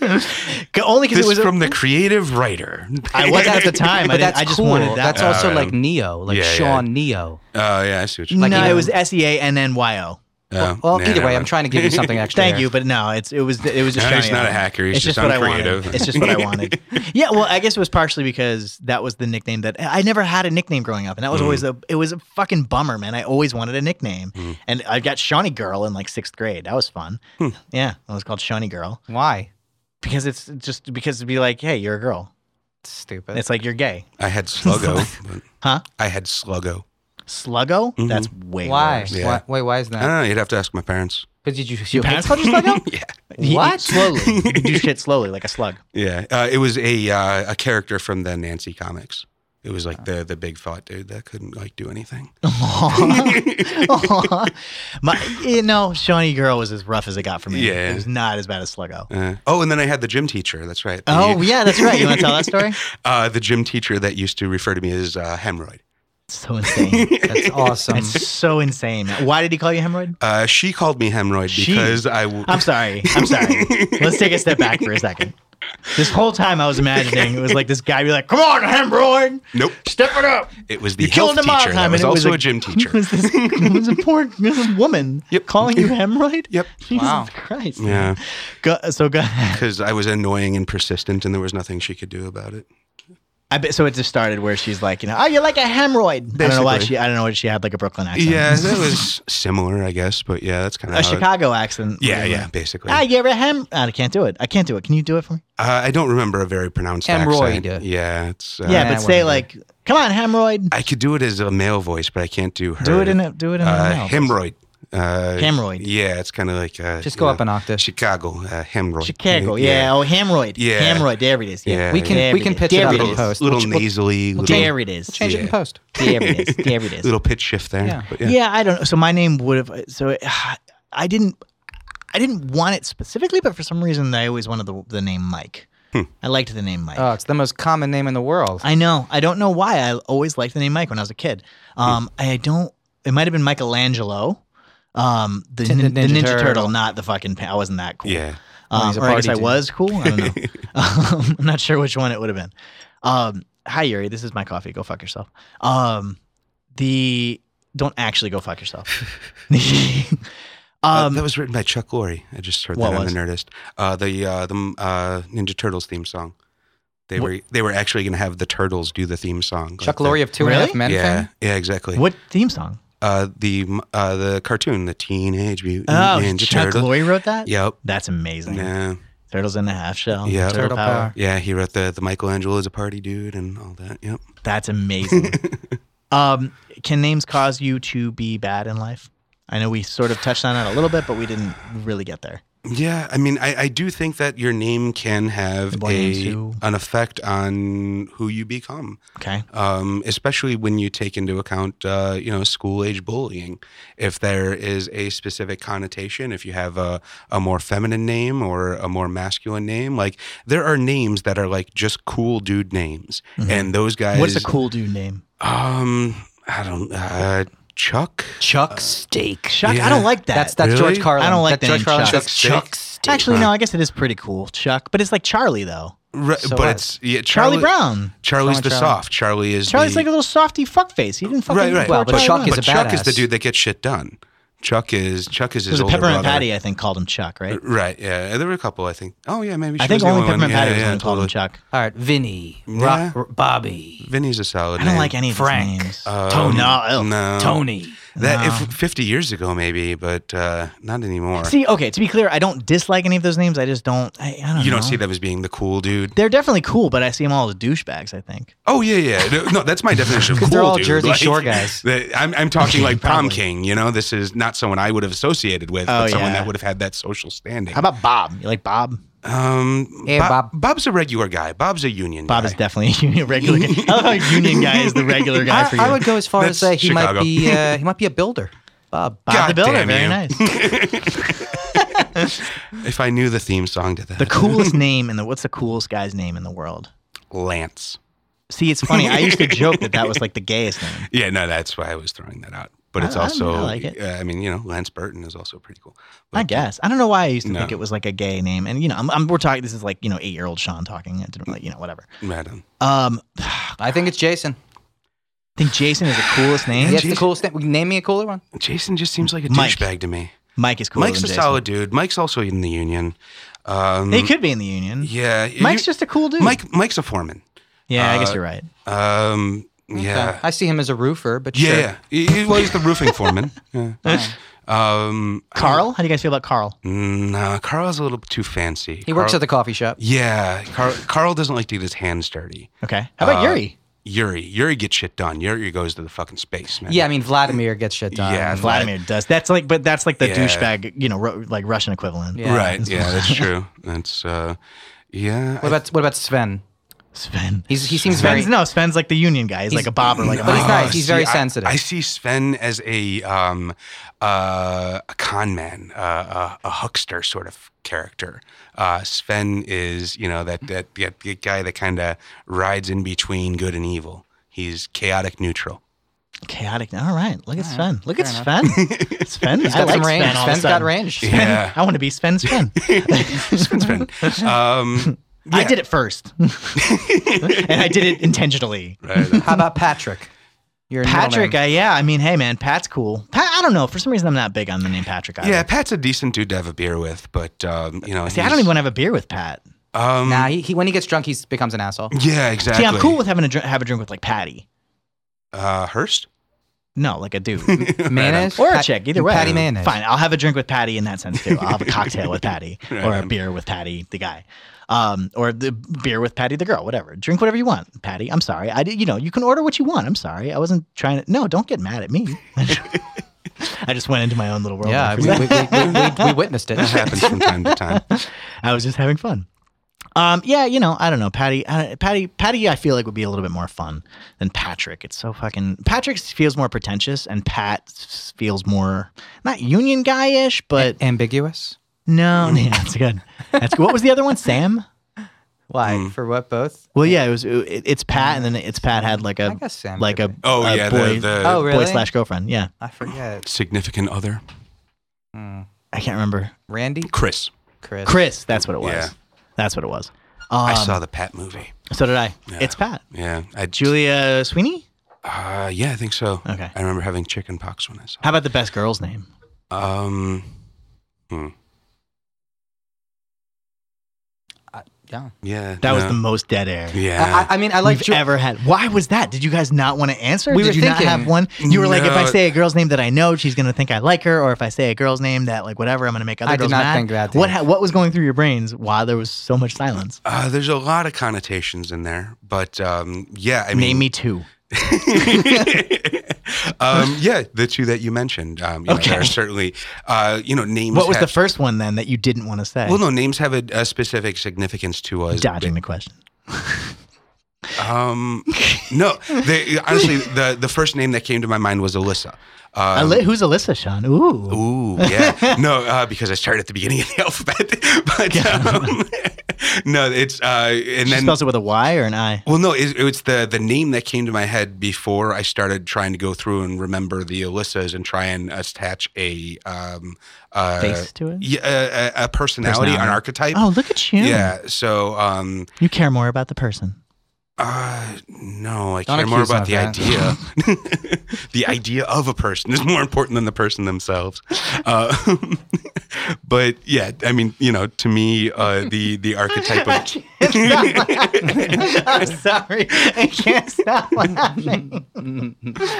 A: Only because
B: this
A: it was
B: is from the creative writer.
A: I wasn't at the time. I,
E: But
A: didn't,
E: that's
A: I just
E: cool.
A: wanted that.
E: That's
A: one.
E: also
B: Alright.
E: like Neo, like
B: Yeah, yeah.
E: Sean Neo.
B: Oh yeah, I see what you're. Like,
A: no,
E: you know-
A: it was S E A N N Y O.
B: oh,
E: Well,
B: yeah,
E: either way,
B: never
E: I'm
B: mind.
E: trying to give you something extra.
A: Thank
E: there.
A: you, but no, it's it was it was just.
B: No, he's
A: Shawnee O.
B: not a hacker. He's
A: it's just,
B: just
A: what I
B: uncreative.
A: wanted. It's just what I wanted. yeah, well, I guess it was partially because that was the nickname that I never had a nickname growing up, and that was always
B: Mm.
A: a it was a fucking bummer, man. I always wanted a nickname, and I got Shawnee Girl in like sixth grade. That was fun.
B: Hmm.
A: Yeah, I was called Shawnee Girl.
E: Why?
A: because it's just because to be like, hey, you're a girl.
E: Stupid.
A: It's like you're gay,
B: I had Sluggo. but
A: huh?
B: I had Sluggo.
A: Sluggo?
B: Mm-hmm.
A: That's way
E: why?
A: worse.
B: Yeah. Uh,
E: why? Wait, why is
B: I don't
A: Uh.
E: that?
B: know. Ah, You'd have to ask my parents.
E: Because did you? you
A: Your
E: hate
A: parents called you Sluggo?
B: Yeah.
A: He-
E: What?
A: slowly. You can do shit slowly, like a slug.
B: Yeah, uh, it was a uh, a character from the Nancy comics. It was
A: Uh.
B: like the the big fat dude that couldn't like do anything.
A: Uh-huh. My, you know, Shawnee Girl was as rough as it got for me.
B: Yeah.
A: It was not as bad as Sluggo.
B: Uh, oh, and then I had the gym teacher. That's right. The-
A: Oh, yeah, that's right. You want to tell that story?
B: Uh, the gym teacher that used to refer to me as uh, hemorrhoid.
A: So insane.
E: That's awesome.
A: That's so insane. Why did he call you hemorrhoid?
B: Uh, she called me hemorrhoid
A: She-
B: because I. W-
A: I'm sorry. I'm sorry. Let's take a step back for a second. This whole time I was imagining it was like this guy be like, "Come on, hemorrhoid,
B: nope.
A: step it up."
B: It was the
A: You
B: health
A: killed him all
B: teacher.
A: the time,
B: That was
A: and it was
B: also
A: a-
B: a gym teacher.
A: It was this, it was a poor woman
B: Yep.
A: calling you hemorrhoid.
B: Yep.
A: Jesus
E: Wow.
A: Christ.
B: Yeah,
A: Go, so go ahead.
B: because I was annoying and persistent, and there was nothing she could do about it.
A: I bet, so it just started where she's like, you know, oh, you're like a hemorrhoid. I don't know why
B: Basically.
A: she. I don't know why she had like a Brooklyn accent.
B: Yeah, that was similar, I guess. But yeah, that's kind of
A: a Chicago accent.
B: Yeah,
A: Whatever.
B: yeah, basically.
A: Ah, you're a hem. I can't do it. I can't do it. Can you do it for me?
B: Uh, I don't remember a very pronounced
E: Hemorrhoid.
B: accent. Yeah, it's. Uh,
A: yeah,
E: I
A: but say
E: wouldn't.
A: like, come on, hemorrhoid.
B: I could do it as a male voice, but I can't do her.
A: Do it in a. Do it in a.
B: uh,
A: mouth.
B: hemorrhoid. Uh,
A: Hemorrhoid.
B: Yeah, it's kind of like uh,
E: Just go
B: you
E: up
B: know,
E: an octave.
B: Chicago uh, hemorrhoid.
A: Chicago. Yeah. Oh, hemorrhoid.
B: Yeah.
A: Hemorrhoid. There it is. Yeah.
B: Yeah.
E: we can
A: There
E: we
A: it
E: can
A: is.
E: pitch
A: There
E: it out
A: it
E: in
A: is.
E: post.
B: little
E: We'll-
B: nasally,
A: Well,
B: little,
A: there it is.
E: we'll change it in
B: Yeah.
E: post.
A: There it is. There it is.
B: little pitch shift there.
E: Yeah.
B: But
A: yeah.
B: yeah.
A: I don't know. So my name would have. So it, I didn't. I didn't want it specifically, but for some reason I always wanted the, the name Mike.
B: Hmm.
A: I liked the name Mike.
E: Oh, it's the most common name in the world.
A: I know. I don't know why. I always liked the name Mike when I was a kid. Um, I don't. It might have been Michelangelo, um, the,
E: Tin-
A: nin- the Ninja, Turtle.
E: Turtle,
A: not the fucking. Pa- I wasn't that cool.
B: Yeah.
E: Oh,
A: Um,
E: he's a
A: or I guess I
E: party dude.
A: was cool. I don't know. um, I'm not sure which one it would have been. Um, hi Yuri, this is my coffee. Go fuck yourself. Um, the don't actually go fuck yourself.
B: Uh,
A: um,
B: that was written by Chuck Lorre. I just heard
A: What
B: that on
A: was?
B: the Nerdist. Uh, the uh, the mm, uh, Ninja Turtles theme song. They
A: What-
B: were they were actually going to have the Turtles do the theme song.
E: Chuck
B: like the-
E: Lorre of Two and a Half
A: Really?
E: Men
B: Yeah,
E: fame.
B: yeah, exactly.
A: what theme song?
B: Uh, the mm, uh, the cartoon, the Teenage Mutant
A: Oh,
B: Ninja
A: Chuck
B: Turtle.
A: Lorre wrote that.
B: Yep.
A: that's amazing.
B: Yeah.
A: Turtles in the half shell.
B: Yeah.
A: turtle,
E: Turtle
A: power.
E: power.
B: Yeah, he wrote the the Michelangelo is a party dude and all that. Yep.
A: That's amazing. um, can names cause you to be bad in life? I know we sort of touched on it a little bit, but we didn't really get there.
B: Yeah, I mean, I, I do think that your name can have
A: One and
B: a,
A: two.
B: an effect on who you become,
A: Okay.
B: um, especially when you take into account, uh, you know, school age bullying. If there is a specific connotation, if you have a, a more feminine name or a more masculine name, like there are names that are like just cool dude names, and those guys.
A: What's Mm-hmm. a cool dude name?
B: Um, I don't. Uh, Chuck.
E: Chuck Steak.
A: Chuck. I
B: Yeah.
A: don't like that.
E: That's that's
B: Really?
E: George Carlin.
A: I don't like
E: that.
A: the
E: George
A: name
E: Carlin
A: Chuck.
E: says
B: Chuck
E: Chuck Steak.
A: Actually, no. I guess it is pretty cool, Chuck. But it's like Charlie though.
B: Right,
E: So
B: but
E: what?
B: it's yeah,
A: Charlie,
B: Charlie,
A: Brown.
B: Charlie's the
E: Charlie.
B: soft. Charlie is
A: Charlie's
B: the,
A: like a little softy fuckface. He didn't fucking
B: Right, right.
E: Well, but
A: Charlie
E: Chuck
A: Brown.
E: is a
B: but Chuck is the
E: badass.
B: dude that gets shit done. Chuck is Chuck is his
A: There's a
B: older
A: peppermint
B: brother.
A: patty. I think called him Chuck. Right.
B: Right, yeah. There were a couple, I think. Oh yeah, maybe. She
A: I think
B: was the
A: only
B: only one.
A: peppermint
B: Yeah,
A: patty was
B: yeah,
A: the one who called him
B: totally.
A: Chuck.
E: All right, Vinny, Ro-
B: Yeah.
E: R- Bobby,
B: Vinny's a solid.
A: I don't
B: name.
A: like any of his
E: Frank.
A: names.
B: Um,
A: Tony. No, ew.
B: no.
E: Tony.
B: That
A: No.
B: if fifty years ago, maybe, but uh, not anymore.
A: See, okay. To be clear, I don't dislike any of those names. I just don't. I, I don't.
B: you
A: know.
B: don't see them as being the cool dude.
A: They're definitely cool, but I see them all as douchebags. I think.
B: Oh yeah, yeah. No, no, that's my definition of cool.
E: they're all
B: dude.
E: Jersey
B: Like,
E: Shore guys.
B: the- I'm, I'm talking like prom
A: Probably.
B: king. You know, this is not someone I would have associated with,
A: Oh,
B: but someone
A: yeah.
B: that would have had that social standing.
A: How about Bob? You like Bob?
B: um,
E: Hey,
B: Bo-
E: Bob.
B: Bob's a regular guy. Bob's a union.
A: Bob
B: guy.
A: is definitely a union regular. Guy. I love how union guy is the regular guy for you.
E: I, I would go as far as
B: That's
E: say he
B: Chicago.
E: might be uh, he might be a builder. Bob.
A: Bob the
B: God
A: Builder,
B: damn
A: very
B: you.
A: nice.
B: If I knew the theme song to that,
A: The coolest name in the what's the coolest guy's name in the world?
B: Lance.
A: See, it's funny. I used to joke that that was like the gayest name.
B: Yeah, no, that's why I was throwing that out. But
A: I-
B: it's
A: I don't know,
B: also,
A: I like it.
B: uh, I mean, you know, Lance Burton is also pretty cool.
A: I
B: But-
A: guess I don't know why I used to
B: No.
A: think it was like a gay name, and you know, I'm, I'm, we're talking. This is like you know, eight year old Sean talking. I didn't really, you know, whatever.
B: Madam.
A: Um,
E: I think it's Jason.
A: I think Jason is the coolest name.
E: That's the
B: Jason-
E: coolest name. Name me a cooler one.
B: Jason just seems like a
A: Mike.
B: douchebag to me.
A: Mike is cooler
B: Mike's a
A: than Jason.
B: solid dude. Mike's also in the union. Um,
A: He could be in the union.
B: yeah.
A: Mike's
B: you-
A: just a cool dude.
B: Mike. Mike's a foreman.
A: Yeah, I guess
B: uh,
A: you're right.
B: Um,
E: Okay.
B: Yeah.
E: I see him as a roofer, but
B: Yeah.
E: sure.
B: yeah. He- he- well, he's the roofing foreman. Yeah. Um, I don't-
A: Carl, how do you guys feel about Carl?
B: No, Carl's a little too fancy.
E: He works
B: Carl-
E: at the coffee shop.
B: Yeah, Carl, Carl doesn't like to get his hands dirty.
A: Okay. How about
B: Uh,
A: Yuri?
B: Yuri. Yuri gets shit done. Yuri goes to the fucking space, man.
E: Yeah, I mean Vladimir gets shit done.
B: Yeah,
E: Vla-
A: Vladimir does. That's like, but that's like the
B: Yeah.
A: douchebag, you know, ru like Russian equivalent.
E: Yeah.
B: Right. Yeah, that's true. That's uh yeah.
E: What about what about Sven?
A: Sven.
E: He's he seems
A: Sven's,
E: very
A: no, Sven's like the union guy. He's, like a bobber. Like, a
E: but he's
A: mobber.
E: nice. He's very
B: I-
E: sensitive.
B: I, see Sven as a um, uh, a con man, uh, a, a huckster sort of character. Uh, Sven is you know that that, that, that guy that kind of rides in between good and evil. He's chaotic neutral.
A: chaotic. All right, look at
E: All right.
A: Sven. Look at
E: Fair
A: Sven. Sven,
E: He's
A: I
E: got
A: like
E: some range.
A: Sven. all of a
E: Sven's got
A: sudden.
E: range.
A: Sven.
B: Yeah.
A: I want to be Sven. Sven.
B: Sven, Sven. Um,
A: I did it first, and I did it intentionally.
B: right.
E: How about Patrick? Your middle
A: Patrick,
E: name.
A: I, yeah, I mean, hey man, Pat's cool. Pat, I don't know. For some reason, I'm not big on the name Patrick. Either.
B: Yeah, Pat's a decent dude to have a beer with, but um, you know,
A: See, I don't even want to have a beer with Pat.
B: Um,
E: Nah, he, he when he gets drunk, he becomes an asshole.
B: yeah, exactly.
A: See, I'm cool with having a dr- have a drink with like Patty.
B: uh, Hurst.
A: No, like a dude
E: Mayonnaise
A: or a
E: Pat-
A: chick. Either way,
E: Patty mayonnaise.
A: Fine, I'll have a drink with Patty in that sense too. I'll have a cocktail with Patty or a
B: Right.
A: beer with Patty, the guy, um, or the beer with Patty, the girl. Whatever. Drink whatever you want, Patty. I'm sorry. I did. You know, you can order what you want. I'm sorry. I wasn't trying to. No, don't get mad at me. I just went into my own little world.
E: Yeah,
A: there for a
E: we, we, we, we, we witnessed it.
B: That happens from time to time.
A: I was just having fun. Um, yeah, you know, I don't know, Patty. I, Patty, Patty, I feel like would be a little bit more fun than Patrick. It's so fucking. Patrick feels more pretentious, and Pat s- feels more not union guy-ish, but
E: Ambiguous.
A: no, yeah, that's good. That's good. What was the other one? Sam.
E: Why?
B: Mm.
E: For what? Both?
A: Well, yeah, it was. It, it's Pat, and then it's Pat had like
E: I
A: a
E: guess Sam.
A: Uh, like
E: could
A: a
E: be.
B: Oh
A: a
B: yeah,
A: Uh, boy,
B: the, the
E: Oh really?
A: boy slash girlfriend. Yeah,
E: I forget.
B: significant other,
E: Hmm.
A: I can't remember.
E: Randy.
B: Chris.
E: Chris.
A: Chris, that's what it was.
B: Yeah.
A: That's what it was.
B: I
A: Um,
B: saw the Pat movie.
A: So did I.
B: Yeah.
A: It's Pat.
B: Yeah, I
A: Julia Sweeney.
B: Uh, yeah, I think so.
A: Okay.
B: I remember having chicken pox when I saw.
A: How about the best girl's name?
B: It. Um, hmm.
E: Yeah.
B: yeah,
A: That was
B: no.
A: the most dead air.
E: I,
B: yeah.
E: I- I mean, I
A: Like
E: like
A: you've
E: Ju-
A: ever had. Why was that? Did you guys not want to answer?
E: We
A: Did
E: were
A: you
E: thinking.
A: not have one? You were like, if I
B: No.
A: say a girl's name that I know, she's gonna think I like her, or if I say a girl's name that like whatever, I'm gonna make other
E: I did
A: girls
E: not
A: mad.
E: think that,
A: What
E: Dave.
A: ha- what was going through your brains while there was so much silence?
B: uh, there's a lot of connotations in there, but um, yeah, I mean,
A: Name me two.
B: um, yeah, the two that you mentioned. Um, you know,
A: Okay.
B: there are certainly, uh, you know, names.
A: What was the
B: have-
A: first one then that you didn't want to say?
B: Well, no, names have a, a specific significance to us.
A: Dodging the question.
B: Um, no, they, honestly, the the first name that came to my mind was Alyssa. Um,
A: Ali- who's Alyssa, Sean? Ooh.
B: Ooh, yeah. no, uh, because I started at the beginning of the alphabet. but um, no, it's uh, and
A: She
B: then
A: spells it with a Y or an I?
B: well, no, it, it's the the name that came to my head before I started trying to go through and remember the Alyssas and try and attach a um uh,
A: Face to it?
B: yeah, a, a- a personality,
A: Personality.
B: an archetype.
A: Oh, look at you.
B: Yeah, so um,
A: You care more about the person.
B: uh, no, I
E: Don't
B: care more
E: accuse
B: about the
E: me of
B: idea. the idea of a person is more important than the person themselves. Uh, but yeah, I mean, you know, to me, uh, the the archetype
A: I
B: of
A: can't stop laughing. I'm sorry. I can't stop laughing.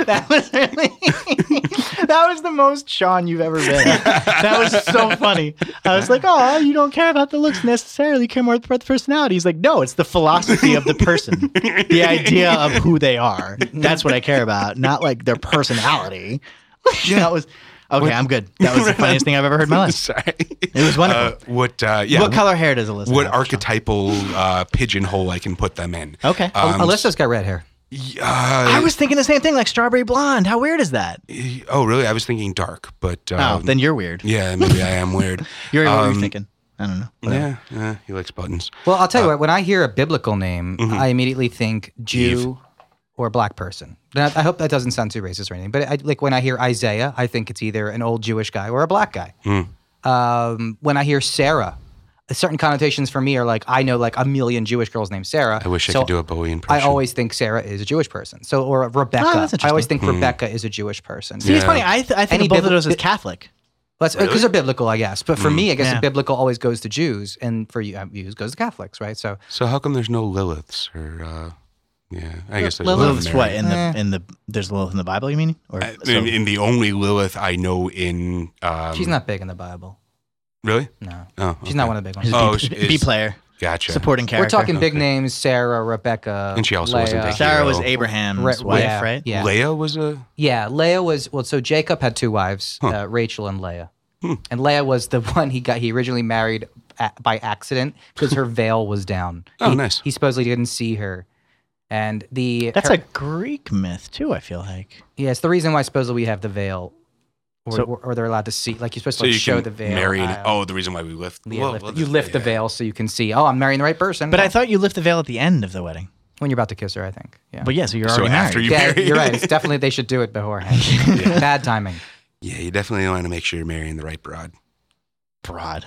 A: That was really that was the most Sean you've ever been. That was so funny. I was like, oh, you don't care about the looks necessarily. You care more about the personality. He's like, no, it's the philosophy of the person, the idea of who they are. That's what I care about, not like their personality. that was okay. I'm good. That was the funniest thing I've ever heard in my life.
B: sorry,
A: It was wonderful.
B: uh, what uh, yeah,
A: what color hair does Alyssa?
B: what
A: have, Sean?
B: archetypal uh, pigeonhole I can put them in?
A: Okay.
B: Um,
E: Alyssa's got red hair.
B: y- uh,
A: Oh, I was thinking the same thing, like strawberry blonde. How weird is that?
B: y- oh really? I was thinking dark, but um,
A: oh, then you're weird.
B: yeah, maybe I am weird.
A: You're what were you
B: Um,
A: thinking? I don't know. Whatever.
B: Yeah, yeah, he likes buttons.
E: Well, I'll
B: Uh,
E: tell you what. When I hear a biblical name,
B: mm-hmm.
E: I immediately think Jew or black person. Now, I hope that doesn't sound too racist or anything, but I, like when I hear Isaiah, I think it's either an old Jewish guy or a black guy.
B: Hmm.
E: Um, when I hear Sarah, certain connotations for me are like I know like a million Jewish girls named Sarah.
B: I wish I
E: so
B: could do a Bowie
E: I
B: impression.
E: always think Sarah is a Jewish person. So or Rebecca.
A: Ah, that's
E: I always
A: interesting.
E: think Rebecca is a Jewish person.
A: See, it's
B: Hmm. Yeah.
A: funny. I, th- I think
E: Any
A: of both
E: bibl-
A: of those as
E: bi-
A: Catholic.
E: Because they're biblical, I guess. But for
B: Hmm.
E: me, I guess
A: Yeah.
E: the biblical always goes to Jews, and for you, uh, Jews goes to Catholics, right? So
B: So how come there's no Liliths or uh, yeah? I guess there's
A: Lilith's
B: Lilith
A: what in
E: Eh.
A: the in the there's Lilith in the Bible. You mean? Or
B: Oh, I,
A: so-
B: in, in the only Lilith I know in um,
E: she's not big in the Bible.
B: really
E: No,
B: oh
E: she's not
B: okay.
E: one of the big
A: she's
E: ones.
A: a
B: Oh,
A: B,
B: she
A: B
B: is-
A: player.
B: Gotcha.
A: supporting
E: We're
A: character.
E: talking big names: Sarah, Rebecca,
B: And she also wasn't
E: Leia.
B: taken.
A: Sarah was
B: Hero.
A: Abraham's
E: Re-
A: wife,
E: yeah,
A: right?
E: Yeah,
B: Leia was a.
E: yeah. Leia was well. So Jacob had two wives: uh, Rachel and Leia.
B: Hmm.
E: And Leia was the one he got. He originally married a- by accident because her veil was down.
B: Oh,
E: He-
B: nice.
E: He supposedly didn't see her. And the
A: That's
E: her-
A: a Greek myth too. I feel like
E: yeah, it's the reason why supposedly we have the veil, or,
A: So-
E: or, or they're allowed to see. Like you're supposed to
B: So
E: like,
B: you
E: show
B: can
E: the veil.
B: marry. an-
E: aisle.
B: oh, the reason why we lift.
E: Yeah,
B: well,
E: lift,
B: well,
E: you lift the
B: yeah.
E: veil so you can see. Oh, I'm marrying the right person.
A: But I
E: Well,
A: thought you lift the veil at the end of the wedding.
E: when you're about to kiss her, I think. Yeah.
A: But yeah, so you're
B: So
A: already
B: after
A: married.
B: you
E: yeah,
B: marry,
E: you're right. It's definitely they should do it beforehand. Bad timing.
B: yeah, you definitely want to make sure you're marrying the right broad.
A: broad.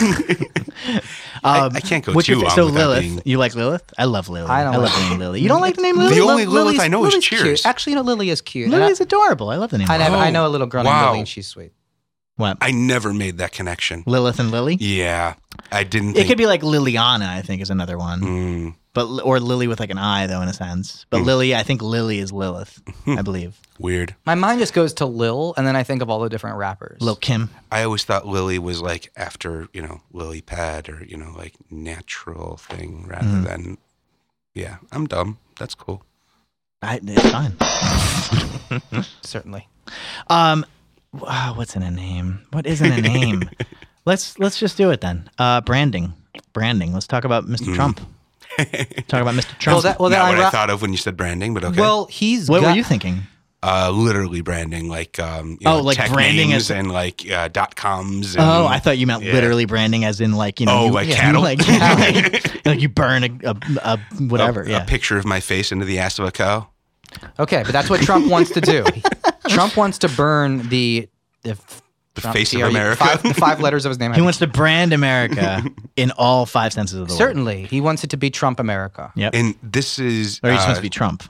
B: I-
E: Um,
B: I can't go
A: what's
B: too
A: fa-
B: long
A: So
B: without
A: Lilith,
B: being-
A: you like Lilith? I love Lilith.
E: I
A: I,
E: don't
A: love
E: like-
A: the name Lily. You don't like the name Lily?
B: The only Lilith
E: Lily's-
B: I know is
E: Lily's cute.
B: Cheers.
E: Actually, no, Lily is cute. And I-
A: Lily is adorable. I love the name.
E: I,
A: Lily.
E: know, I
B: Oh,
E: know a little girl named
B: wow.
E: Lily, and she's sweet.
A: What?
B: I never made that connection.
A: Lilith and Lily.
B: Yeah, I didn't.
A: It
B: Think,
A: could be like Liliana, I think, is another one,
B: Mm,
A: but or Lily with like an I, though, in a sense.
E: Mm.
A: But Lily, I think Lily is Lilith, I believe.
B: weird.
E: My mind just goes to Lil, and then I think of all the different rappers.
A: Lil Kim.
B: I always thought Lily was like after you know Lily pad or you know like natural thing rather
A: Mm-hmm.
B: than. Yeah, I'm dumb. That's cool.
A: I, it's fine.
E: certainly.
A: Um, wow, what's in a name? What isn't a name? let's let's just do it then. Uh, branding, branding. Let's talk about Mr. Trump. talk about Mr. Trump.
E: Mm. Well, that, well,
B: Not
E: then
B: what
E: ra-
B: I thought of when you said branding, but okay.
E: well, he's
A: what
E: got,
A: were you thinking?
B: uh, literally branding, like um, you
A: Oh,
B: know,
A: like
B: tech
A: branding
B: names
A: as-
B: and like uh, dot coms. And,
A: Oh, I thought you meant
B: yeah.
A: literally branding, as in like you know,
B: Oh,
A: you,
B: like cattle?
A: like, like, like you burn a, a, a whatever.
B: a,
A: yeah,
B: a picture of my face into the ass of a cow.
E: Okay, but that's what Trump wants to do. Trump wants to burn the the, f-
B: The
E: Trump,
B: face of
A: E
E: TRU
B: America.
E: Five, the five letters of his name. I
A: he
E: think.
A: wants to brand America in all five senses of the word.
E: certainly he wants it to be Trump America.
A: Yeah.
B: And this is
A: Or he's supposed
B: uh,
A: to be Trump.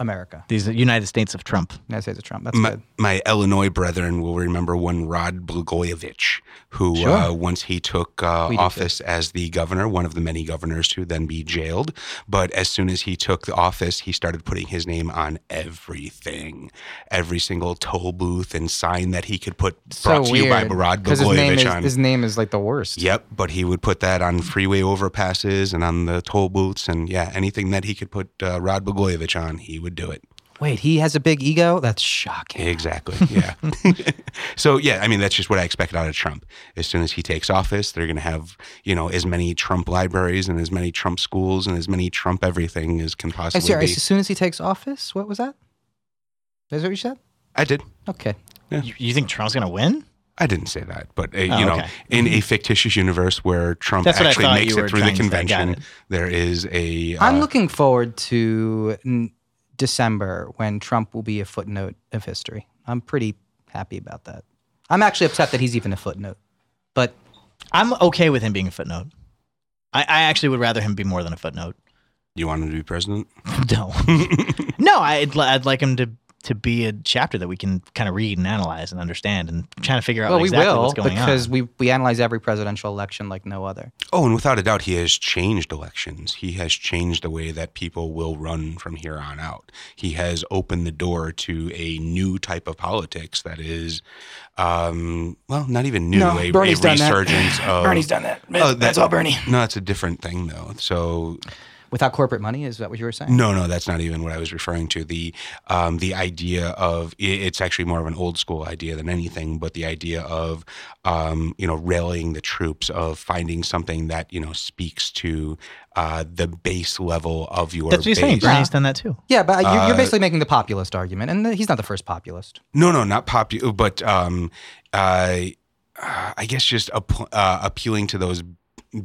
E: America.
A: These are United States of Trump.
E: United States of Trump. That's
B: my,
E: good.
B: my Illinois brethren will remember one Rod Blagojevich, who uh, once he took uh,
E: We do too.
B: office as the governor, one of the many governors to then be jailed. But as soon as he took the office, he started putting his name on everything, every single toll booth and sign that he could put brought
E: so
B: to you by
E: weird.
B: Rod
E: 'cause his name is
B: Blagojevich on.
E: his name is like the worst.
B: Yep, but he would put that on freeway overpasses and on the toll booths and yeah, anything that he could put uh, Rod Blagojevich on, he would do it.
E: Wait, he has a big ego. That's shocking.
B: Exactly. Yeah. so yeah, I mean that's just what I expected out of Trump. As soon as he takes office, they're going to have you know as many Trump libraries and as many Trump schools and as many Trump everything as can
E: I'm
B: possibly
E: sorry.
B: be.
E: As soon as he takes office, what was that? Is that what you said?
B: I did.
E: Okay.
A: You, you think Trump's going to win?
B: I didn't say that, but uh,
A: Oh,
B: you know,
A: okay.
B: in a fictitious universe where Trump
A: That's what I
B: actually
A: thought
B: makes
A: you were
B: it through the
A: trying to say. Got
B: convention,
A: it.
B: there is a.
E: I'm
B: uh,
E: looking forward to n- December when Trump will be a footnote of history. I'm pretty happy about that. I'm actually upset that he's even a footnote, but
A: I'm okay with him being a footnote. I, I actually would rather him be more than a footnote.
B: You want him to be president?
A: No. no, I'd, li- I'd like him to, to be a chapter that we can kind of read and analyze and understand and trying to figure out
E: well,
A: exactly
E: we will
A: what's going
E: because
A: on.
E: we we analyze every presidential election like no other.
B: Oh, and without a doubt, he has changed elections. He has changed the way that people will run from here on out. He has opened the door to a new type of politics that is, um, well, not even new.
C: No,
B: a,
C: Bernie's
B: a
C: done that.
B: resurgence of
C: Bernie's done that.
B: Oh, that-
C: That's all Bernie.
B: No, that's a different thing though. So
E: Without corporate money, is that what you were saying?
B: no, no, that's not even what I was referring to. The um, the idea of i- it's actually more of an old school idea than anything, but the idea of um, you know rallying the troops, of finding something that you know speaks to uh, the base level of your.
A: That's what you're
B: base.
A: saying. Bernie's done that too.
E: Yeah, but you're, you're basically making the populist argument, and he's not the first populist.
B: No, no, not popular, but um, uh, uh, I guess just app- uh, appealing to those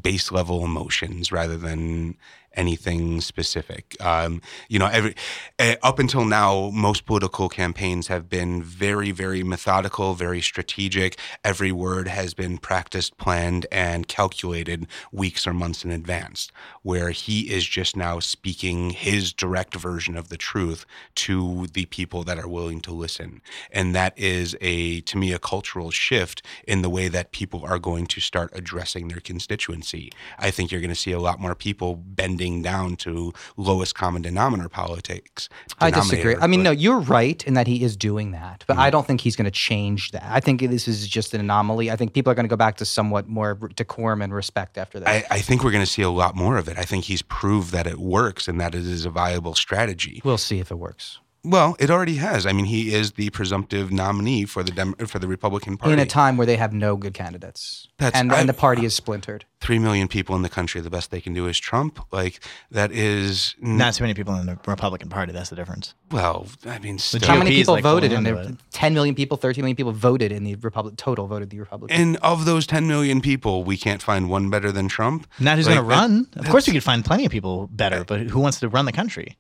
B: base level emotions rather than anything specific. Um, you know, every uh, up until now, most political campaigns have been very, very methodical, very strategic. Every word has been practiced, planned, and calculated weeks or months in advance. Where he is just now speaking his direct version of the truth to the people that are willing to listen, and that is a to me a cultural shift in the way that people are going to start addressing their constituency. I think you're going to see a lot more people bend trending down to lowest common denominator politics.
E: I disagree.
B: denominator,
E: I mean,
B: but-
E: no, you're right in that he is doing that, but
A: Mm.
E: I don't think he's going to change that. I think this is just an anomaly. I think people are going to go back to somewhat more decorum and respect after that.
B: I, I think we're going to see a lot more of it. I think he's proved that it works and that it is a viable strategy.
E: we'll see if it works.
B: Well, it already has. I mean, he is the presumptive nominee for the Dem- for the Republican Party.
E: In a time where they have no good candidates,
B: That's-
E: and, and the
B: I-
E: party is splintered.
B: Three million people in the country, the best they can do is Trump. Like that is n-
A: Not so many people in the Republican Party. That's the difference.
B: well. I mean, still.
E: How
A: GOP
E: many
A: is,
E: people
A: like,
E: voted in
A: holding
E: there?
A: onto it.
E: 10 million people, 13 million people voted in the Republic. Total voted the Republican.
B: and of those 10 million people, we can't find one better than Trump.
A: Not who's
B: Like,
A: going to
B: that-
A: run. Of course, you could find plenty of people better, but who wants to run the country?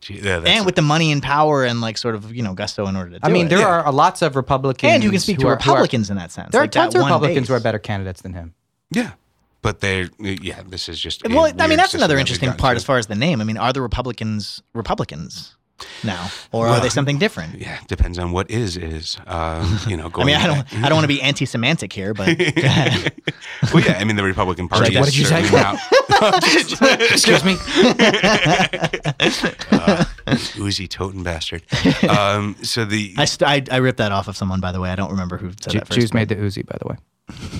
B: Gee, yeah, that's-
A: And with the money and power and like sort of you know gusto in order to. Do
E: I mean,
A: it.
E: there
B: yeah.
E: are a lots of Republicans.
A: and who can speak
E: who
A: to
E: are- who are-
A: Republicans in that sense.
E: There are
A: like that
E: tons of
A: one
E: Republicans
A: base.
E: who are better candidates than him.
B: yeah, but they're yeah. This is just a
A: Well, I mean,
B: weird
A: that's
B: system that
A: another
B: we've
A: interesting
B: gotten
A: part
B: to.
A: as far as the name. I mean, are the Republicans Republicans now, or are
B: Well,
A: they something different?
B: Yeah, depends on what is is. Um, you know,
A: I
B: going
A: mean, I
B: back-
A: don't, I don't want to be anti-semantic here, but
B: well, yeah, I mean, the Republican Party.
A: what
B: is
A: did you say?
B: certainly not-
E: Excuse me.
B: Uzi toting bastard. Um, so the
A: I, st- I, I ripped that off of someone, by the way. I don't remember who said
E: Ju-
A: that first.
E: Jews made the Uzi, by the way.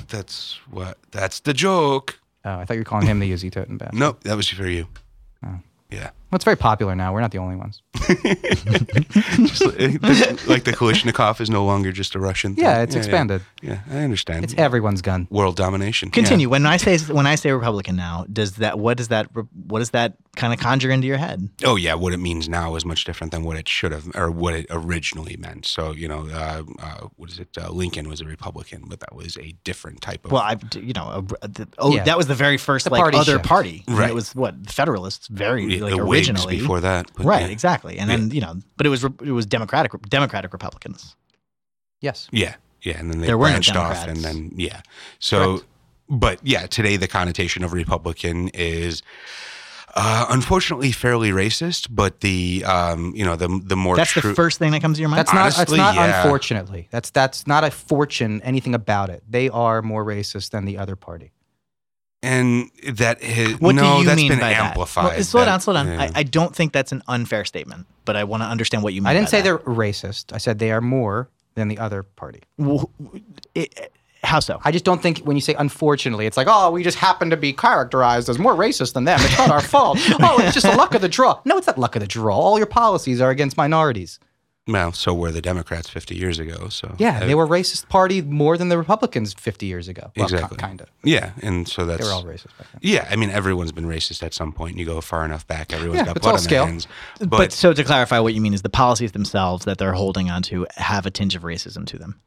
B: that's what that's the joke.
E: Oh, I thought you were calling him the Uzi Toten Bastard.
B: Nope, that was for you.
A: Oh.
B: Yeah,
E: Well, it's very popular now. We're not the only ones.
B: just like, like the Kalashnikov is no longer just a Russian. Thing.
E: Yeah, it's expanded.
B: Yeah, I understand.
E: It's everyone's gun.
B: world domination.
A: e- Continue. When I say when I say Republican now, does that what does that re- what does that kind of conjure into your head?
B: Yeah. Oh yeah, what it means now is much different than what it should have or what it originally meant. So you know, uh, uh, what is it? Uh, Lincoln was a Republican, but that was a different type of.
A: Well, I you know a, the, oh
E: Yeah.
A: that was the very first
E: The
A: like
E: party
A: other
E: shift.
A: party. I mean,
B: Right.
A: It was what Federalists very
B: the
A: like
B: Whigs
A: originally
B: before that, but
A: Right,
B: yeah.
A: exactly. And then, you know, but it was re- it was democratic democratic Republicans.
E: Yes.
B: Yeah, yeah, and then they
A: There were no
B: branched off, and
A: Democrats.
B: then yeah. So, but yeah, today the connotation of Republican is. Uh, unfortunately, fairly racist, but the um, you know the the more
A: That's
B: true,
A: the first thing that comes to your mind.
E: That's not. that's
B: Honestly,
E: not.
B: yeah.
E: Unfortunately, that's that's not a fortune. Anything about it? They are more racist than the other party.
B: and that has,
A: what
B: no,
A: do you
B: that's
A: mean
B: been
A: by
B: amplified.
A: that? Well, slow
B: That-
A: down, slow down.
B: yeah.
A: I, I don't think that's an unfair statement, but I want to understand what you mean.
E: I didn't
A: by
E: say
A: that.
E: they're racist. I said they are more than the other party.
A: Wh- wh- it- how so?
E: I just don't think when you say unfortunately, it's like oh, we just happen to be characterized as more racist than them. It's not our fault. Oh, it's just the luck of the draw. No, it's not luck of the draw. All your policies are against minorities.
B: Well, so were the Democrats fifty years ago. So
E: Yeah,
B: uh,
E: they were a racist party more than the Republicans 50 years ago. Well,
B: Exactly.
E: kind of.
B: yeah, and so that's
E: They were all racist back then.
B: yeah. I mean, everyone's been racist at some point. You go far enough back, everyone's
E: Yeah,
B: got
E: it's
B: blood
E: all
B: on
E: scale.
B: their hands.
A: but, so to clarify, what you mean is the policies themselves that they're holding on to have a tinge of racism to them.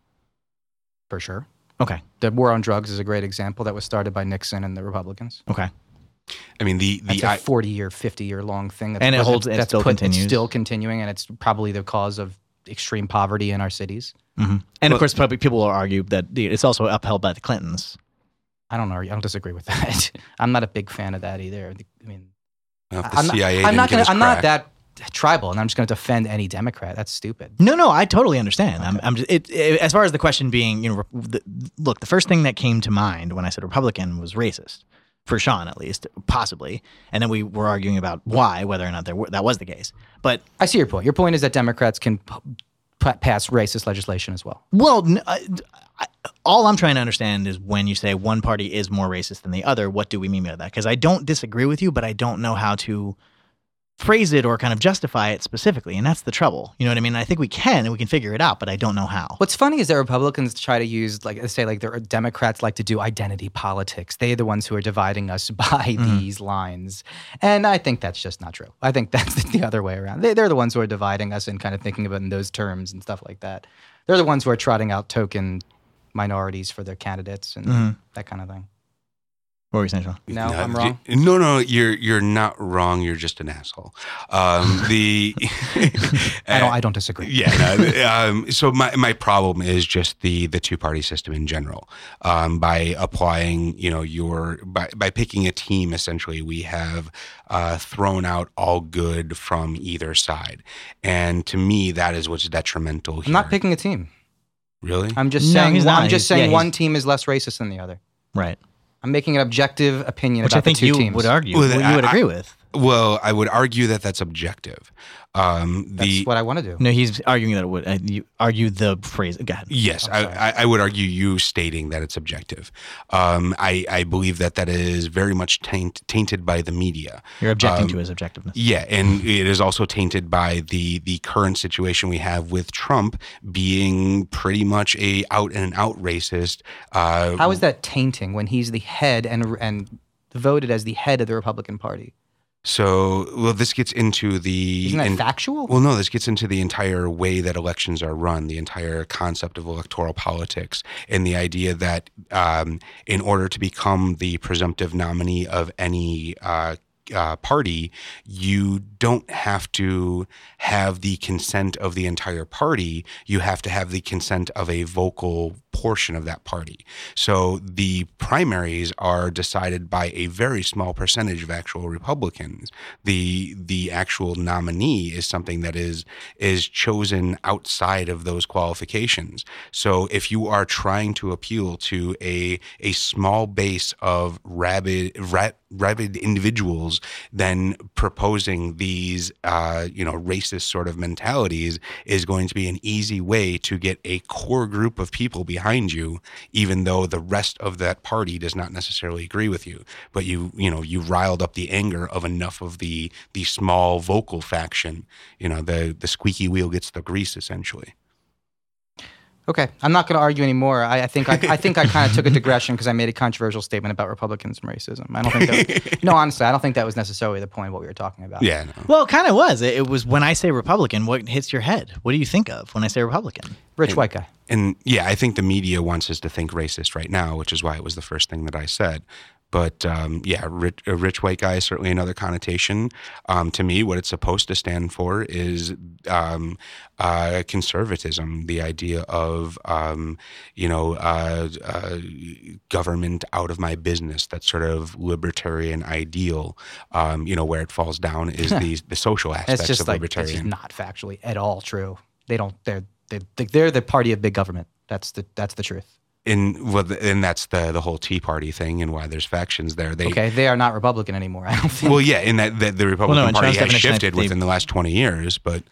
E: For sure.
A: Okay.
E: The war on drugs is a great example that was started by Nixon and the Republicans.
A: Okay.
B: I mean, the
E: That's
B: the
E: a 40 year, 50 year long thing. That's
A: And it
E: put-
A: holds- it
E: that's
A: still
E: put-
A: continues.
E: It's still continuing, and it's probably the cause of extreme poverty in our cities.
A: And
B: Well-
A: of course, probably people will argue that the- it's also upheld by the Clintons.
E: I don't know. I don't disagree with that. I'm not a big fan of that either. I mean,
B: well, the
E: I'm not,
B: CIA
E: I'm
B: didn't
E: not
B: give
E: gonna.
B: us
E: I'm not
B: crap.
E: that tribal, and I'm just going to defend any Democrat. That's stupid.
A: No, no, I totally understand. I'm, I'm just, it, it, as far as the question being, you know, re- the, look, the first thing that came to mind when I said Republican was racist, for Sean at least, possibly, and then we were arguing about why, whether or not there were, that was the case. But
E: I see your point. Your point is that Democrats can p- p- pass racist legislation as well.
A: well, n- I- I- all I'm trying to understand is when you say one party is more racist than the other, what do we mean by that? Because I don't disagree with you, but I don't know how to phrase it or kind of justify it specifically, and that's the trouble. You know what I mean? I think we can and we can figure it out, but I don't know how.
E: What's funny is that Republicans try to use, like, say, like, their uh, Democrats like to do identity politics. They are the ones who are dividing us by
A: Mm.
E: these lines. And I think that's just not true. I think that's the other way around. They, they're the ones who are dividing us and kind of thinking about it in those terms and stuff like that. They're the ones who are trotting out token minorities for their candidates and
A: Mm-hmm.
E: that kind of thing.
A: What were you saying, Sean?
E: No,
B: No,
E: I'm
B: you-
E: wrong.
B: No, no, you're you're not wrong. You're just an asshole. Um, the
A: Eh,
E: I don't, I don't disagree.
B: yeah. No, um, so my, my problem is just the the two party system in general. Um, by applying, you know, your by by picking a team, essentially, we have uh, thrown out all good from either side, and to me, that is what's detrimental. Here.
E: I'm not picking a team.
B: Really?
E: I'm just
A: No,
E: saying.
A: he's
E: one-
A: not.
E: I'm just
A: He's- yeah,
E: saying
A: he's-
E: one team is less racist than the other.
A: Right.
E: I'm making an objective opinion
A: which
E: about
A: I think
E: the two
A: you
E: teams.
A: would argue,
B: Well,
A: well,
B: I-
A: you would
B: I-
A: agree with.
B: Well, I would argue that that's objective. Um,
E: That's
B: the
E: what I want to do.
A: No, he's arguing that it would. Uh, you argue the phrase. Go ahead.
B: Yes,
E: I'm
B: I,
E: sorry.
B: I, I would argue you stating that it's objective. Um, I, I believe that that is very much taint, tainted by the media.
A: You're objecting
B: Um,
A: to his objectiveness.
B: Yeah, and it is also tainted by the the current situation we have with Trump being pretty much a out and out racist. Uh,
E: How is that tainting when he's the head and and voted as the head of the Republican Party?
B: so? Well, this gets into the
E: Isn't that
B: in-
E: factual?
B: Well, no, this gets into the entire way that elections are run, the entire concept of electoral politics, and the idea that um, in order to become the presumptive nominee of any uh, uh, party, you don't have to have the consent of the entire party. You have to have the consent of a vocal portion of that party. So the primaries are decided by a very small percentage of actual Republicans. The the actual nominee is something that is is chosen outside of those qualifications. So if you are trying to appeal to a a small base of rabid ra- rabid individuals, then proposing these uh, you know racist sort of mentalities is going to be an easy way to get a core group of people behind you, even though the rest of that party does not necessarily agree with you. But you you know you riled up the anger of enough of the the small vocal faction. You know the the squeaky wheel gets the grease essentially.
E: Okay, I'm not going to argue anymore. I, I think I, I think I kind of took a digression because I made a controversial statement about Republicans and racism. I don't think that. no, honestly, I don't think that was necessarily the point of what we were talking about.
B: Yeah. No.
A: Well, it kind of was. It, it was when I say Republican, what hits your head? What do you think of when I say Republican?
E: Rich white guy.
B: And yeah, I think the media wants us to think racist right now, which is why it was the first thing that I said. But um, yeah, rich, a rich white guy is certainly another connotation. Um, to me, what it's supposed to stand for is um, uh, conservatism, the idea of, um, you know, uh, uh, government out of my business, that sort of libertarian ideal. Um, you know, where it falls down is the, the social aspects
E: It's just
B: of
E: like it's just
B: libertarian.
E: not factually at all true. They don't. They're they they're the party of big government. That's the that's the truth.
B: and, well, and that's the, the whole Tea Party thing and why there's factions there. They,
E: Okay, they are not Republican anymore. I don't think.
B: Well, yeah, in that, that the Republican
A: in Trump's
B: Party has
A: definition, I
B: shifted
A: think-
B: within the last 20 years, but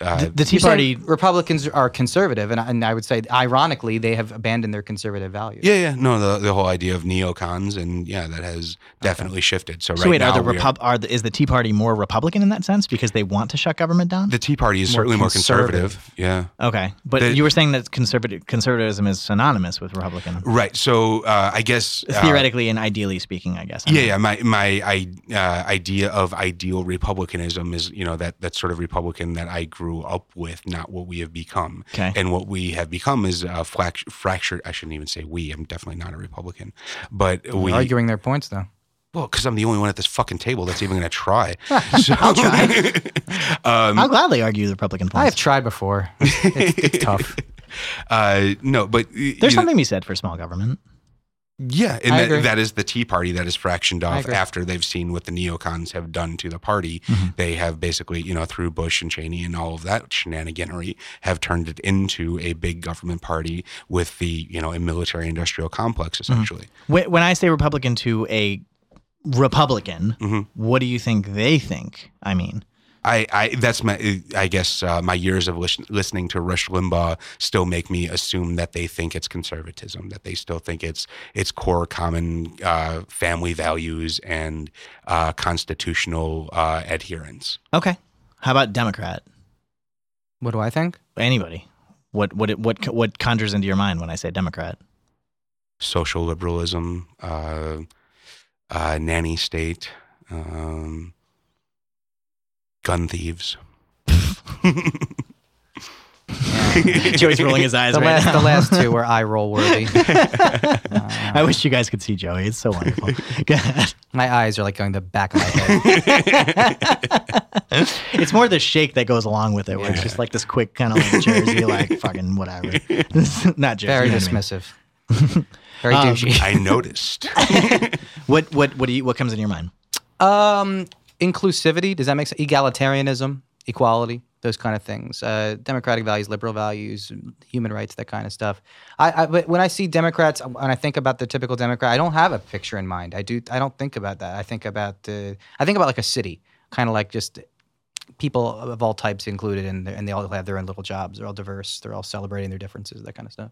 B: uh,
A: The, the Tea
E: You're saying
A: Party.
E: Republicans are conservative, and, I- and I would say, ironically, they have abandoned their conservative values.
B: yeah, yeah, no, the, the whole idea of neocons and yeah, that has definitely shifted. So, right
A: so wait,
B: now,
A: are the
B: we are-
A: Repub- are the, is the Tea Party more Republican in that sense because they want to shut government down?
B: the Tea Party is
E: more
B: certainly more conservative. Yeah.
A: okay, but
B: the-
A: you were saying that conservative conservatism is synonymous with Republican,
B: Right. So, uh, I guess uh,
A: theoretically and ideally speaking, I guess. I
B: Yeah,
A: mean.
B: yeah. My my I, uh, idea of ideal republicanism is you know that that sort of republican that I grew up with, not what we have become.
A: Okay.
B: And what we have become is uh, flax, fractured. I shouldn't even say we. I'm definitely not a republican, but
E: They're
B: we.
E: arguing their points though.
B: Well, because I'm the only one at this fucking table that's even going to try. So, I'll try. um,
A: I'll gladly argue the Republican
E: I have
A: points.
E: tried before. It's, it's tough.
B: uh, no, but
A: There's
B: you know,
A: something to be said for small government.
B: Yeah, and
E: I
B: that,
E: agree.
B: that is the Tea Party that is fractioned off
E: agree.
B: after they've seen what the neocons have done to the party.
A: Mhm.
B: They have basically, you know, through Bush and Cheney and all of that shenaniganery, have turned it into a big government party with the, you know, a military industrial complex essentially.
A: When, when I say Republican to a Republican,
B: Mhm.
A: what do you think they think? I mean,
B: I, I, that's my, I guess, uh, my years of lis- listening to Rush Limbaugh still make me assume that they think it's conservatism, that they still think it's it's core common uh, family values and uh, constitutional uh, adherence.
A: okay. How about Democrat?
E: What do I think?
A: Anybody? What what what what conjures into your mind when I say Democrat?
B: social liberalism, uh, uh, nanny state, um, gun thieves.
A: Joey's rolling his eyes
E: The
A: right
E: last,
A: now.
E: the last two were eye roll worthy. Uh,
A: I wish you guys could see Joey. It's so wonderful. Go ahead.
E: my eyes are like going the back of my head.
A: it's more the shake that goes along with it, where it's just like this quick kind of like Jersey, like fucking whatever. Not Jersey.
E: Very
A: you know what I mean.
E: dismissive. Very
A: Um,
E: douchey.
B: I noticed.
A: What what what do you what comes in your mind?
E: Um, inclusivity. Does that make sense? Egalitarianism, equality. those kind of things. Uh, democratic values, liberal values, human rights, that kind of stuff. I, I but when I see Democrats, when I think about the typical Democrat, I don't have a picture in mind. I do. I don't think about that. I think about the. I think about like a city, kind of like just people of all types included, and and they all have their own little jobs. They're all diverse. They're all celebrating their differences, that kind of stuff.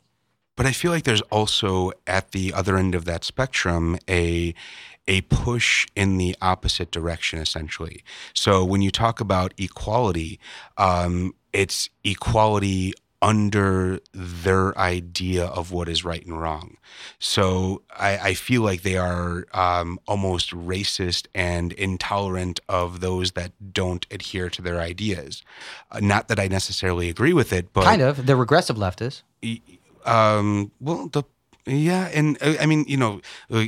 B: But I feel like there's also at the other end of that spectrum a a push in the opposite direction, essentially. So when you talk about equality, um, it's equality under their idea of what is right and wrong. So I, I feel like they are um, almost racist and intolerant of those that don't adhere to their ideas. Uh, not that I necessarily agree with it, but
E: Kind of. They're regressive leftists.
B: um well the yeah and uh, i mean you know uh,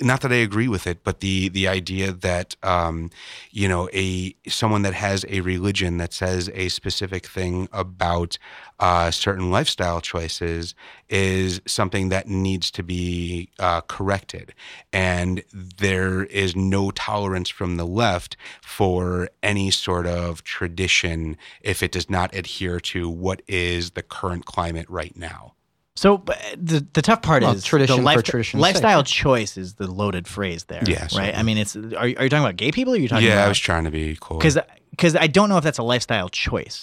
B: not that i agree with it but the the idea that um you know a someone that has a religion that says a specific thing about uh certain lifestyle choices is something that needs to be uh, corrected and there is no tolerance from the left for any sort of tradition if it does not adhere to what is the current climate right now
A: So but the the tough part
E: Well,
A: is
E: tradition
A: the
E: for
A: life-
E: tradition's sake.
A: lifestyle choice is the loaded phrase there.
B: Yeah,
A: right.
B: certainly.
A: I mean, it's are, you- are you talking about gay people? Or are you talking
B: yeah, I
A: about
B: was trying to be coy.
A: because because I don't know if that's a lifestyle choice.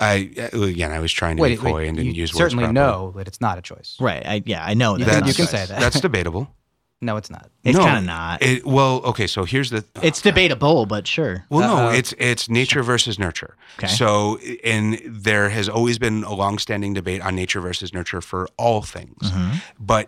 B: I uh, again, I was trying to be coy and didn't
E: you
B: use words
E: certainly
B: properly.
E: know that it's not a choice.
A: Right. I, yeah, I know
E: You
A: that's
E: can-
A: not
E: you
A: a
E: can
A: choice.
E: say that.
B: That's debatable.
E: No, it's not.
A: It's
B: No,
A: kind of not.
B: It, well, okay, so here's the.
A: it's debatable, but sure.
B: well, no,
E: Uh-oh.
B: it's it's nature versus nurture.
A: Okay.
B: So, and there has always been a longstanding debate on nature versus nurture for all things, but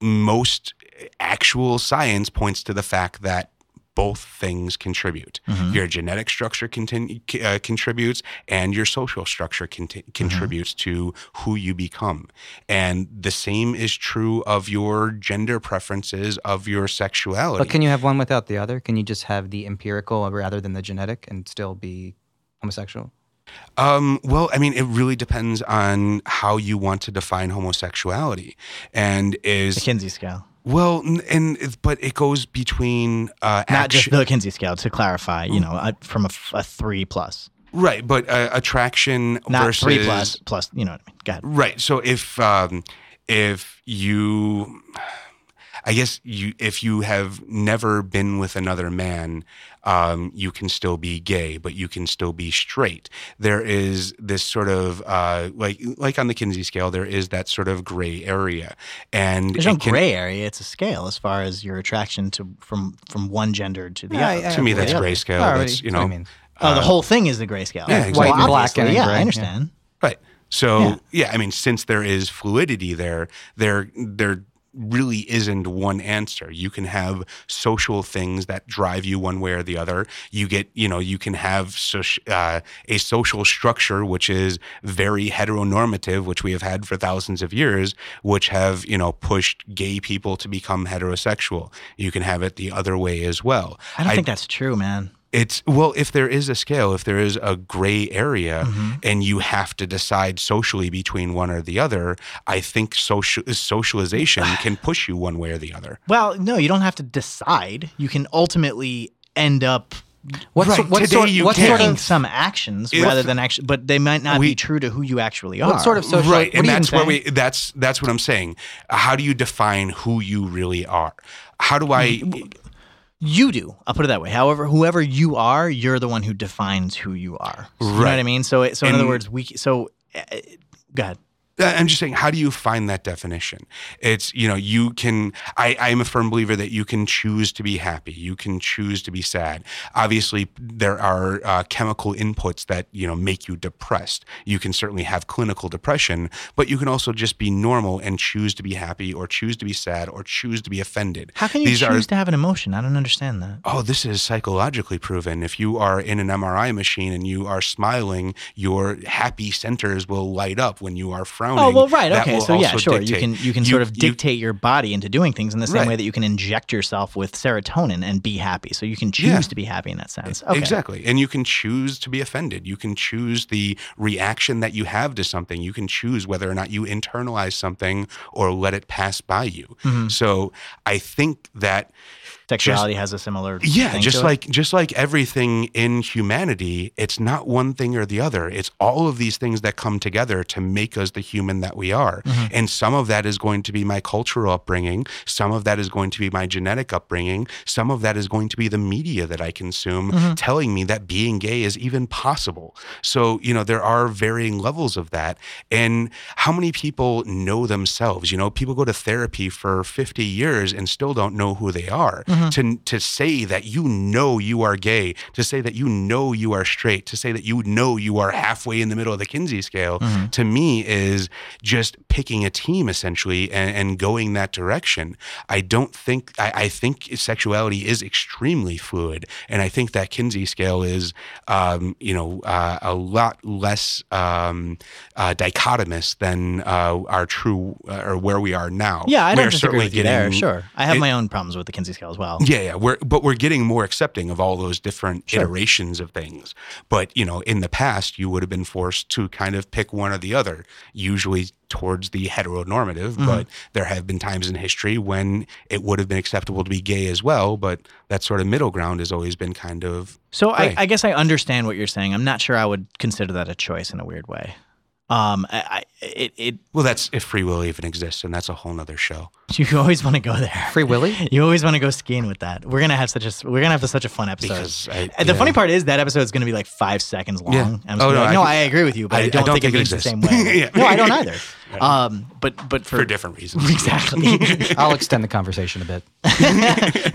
B: most actual science points to the fact that both things contribute. Your genetic structure contin- uh, contributes, and your social structure conti- contributes to who you become. And the same is true of your gender preferences, of your sexuality.
E: But can you have one without the other? Can you just have the empirical rather than the genetic and still be homosexual?
B: Um, well, I mean, it really depends on how you want to define homosexuality, and is
A: Kinsey scale,
B: well, n- and it- but it goes between uh,
A: not just
B: action-
A: the Kinsey scale. To clarify,
B: Mm.
A: you know, uh, from a, f- a three plus,
B: right, but uh, attraction
A: not
B: versus
A: three plus plus. You know what I mean? Go ahead.
B: right. So if um, if you, I guess you if you have never been with another man, um, you can still be gay, but you can still be straight. There is this sort of uh, like like on the Kinsey scale, there is that sort of gray area, and
A: There's no
B: it can-
A: gray area. It's a scale as far as your attraction to from from one gender to the
E: Yeah,
A: other.
E: I- I-
B: to me that's
E: Yeah.
B: grayscale.
E: Already-
B: That's you
E: what do
B: know
E: you mean?
A: oh, the whole thing is the grayscale.
B: yeah, exactly.
A: Well,
E: White, black, and
A: obviously, yeah,
E: gray,
A: I
E: yeah.
A: understand.
B: Right. So
A: Yeah.
B: yeah. I mean, since there is fluidity there, there there really isn't one answer. You can have social things that drive you one way or the other. You get, you know, you can have soci- uh, a social structure which is very heteronormative, which we have had for thousands of years, which have you know pushed gay people to become heterosexual. You can have it the other way as well.
A: I don't think that's true, man.
B: It's well, if there is a scale, if there is a gray area,
A: Mm-hmm.
B: and you have to decide socially between one or the other, I think social socialization can push you one way or the other.
A: Well, no, you don't have to decide. You can ultimately end up
E: What's,
B: Right,
E: what
B: today
E: sort,
B: you
E: what
B: can.
E: sort
A: taking
E: of
A: some actions
B: If-
A: rather than actually, but they might not
B: We-
A: be true to who you actually are.
E: what sort of social
B: right,
A: what
B: and
A: are you
B: that's
A: even
B: what we that's that's what I'm saying. How do you define who you really are? How do I?
A: Mm, you do? I'll put it that way. However, whoever you are, you're the one who defines who you are. You know what I
B: Right.
A: mean? So, it, so in other
B: And-
A: words, we. So, uh, uh, go ahead.
B: I'm just saying, how do you find that definition? It's, you know, you can, I, I'm a firm believer that you can choose to be happy. You can choose to be sad. Obviously, there are uh, chemical inputs that, you know, make you depressed. You can certainly have clinical depression, but you can also just be normal and choose to be happy or choose to be sad or choose to be offended.
A: How can you
B: These are-
A: choose to have an emotion? I don't understand that.
B: Oh, this is psychologically proven. If you are in an MRI machine and you are smiling, your happy centers will light up when you are frowning.
A: Oh well, right,
B: That
A: okay.
B: will
A: So yeah,
B: also
A: sure.
B: dictate-
A: You can you can sort of
B: you-
A: dictate your body into doing things in the same
B: Right.
A: way that you can inject yourself with serotonin and be happy. So you can choose
B: Yeah. E,
A: to be happy in that sense. Okay.
B: Exactly. And you can choose to be offended. You can choose the reaction that you have to something. You can choose whether or not you
A: Mm-hmm.
B: internalize something or let it pass by you. So I think that
A: sexuality has a similar
B: Yeah,
A: thing
B: just
A: to it?
B: like just like everything in humanity, it's not one thing or the other. It's all of these things that come together to make us the human that we are.
A: Mhm.
B: And some of that is going to be my cultural upbringing, some of that is going to be my genetic upbringing, some of that is going to be the media that I consume
A: Mhm.
B: telling me that being gay is even possible. So, you know, there are varying levels of that. And how many people know themselves? You know, people go to therapy for 50 years and still don't know who they are.
A: Mm-hmm.
B: To, to say that you know you are gay, to say that you know you are straight, to say that you know you are halfway in the middle of the Kinsey scale,
A: Mm-hmm.
B: to me is just picking a team essentially and, and going that direction. I don't think, I, I think sexuality is extremely fluid. And I think that Kinsey scale is, um, you know, uh, a lot less um, uh, dichotomous than uh, our true uh, or where we are now.
A: yeah, I
B: We
A: don't
B: are
A: disagree
B: certainly
A: with you there.
B: getting-
A: Sure, I have
B: it-
A: my own problems with the Kinsey scale as well.
B: yeah, yeah. We're but we're getting more accepting of all those different iterations of things. But you know, in the past, you would have been forced to kind of pick one or the other, usually towards the heteronormative.
A: Mm-hmm.
B: But there have been times in history when it would have been acceptable to be gay as well. But that sort of middle ground has always been kind of
A: So I,
B: Right.
A: I guess I understand what you're saying. I'm not sure I would consider that a choice in a weird way. Um, I, I it, it
B: well, that's if free will even exists, and that's a whole nother show.
A: you always want to go there.
E: Free Willy?
A: You always want to go skiing with that. We're gonna have such a we're gonna have such a fun episode.
B: Because I-
A: And the
B: yeah.
A: funny part is that episode is gonna be like five seconds long.
B: Yeah.
A: I'm just
B: Oh,
A: gonna be
B: no,
A: like,
B: I
A: no,
B: can-
A: I, agree with you, but I,
B: I- I
A: don't,
B: don't
A: think,
B: think
A: it
B: it
A: means the same
B: exists.
A: way.
B: Yeah.
A: No, I don't either. Um, but but for,
B: For different reasons.
A: exactly.
E: I'll extend the conversation a bit.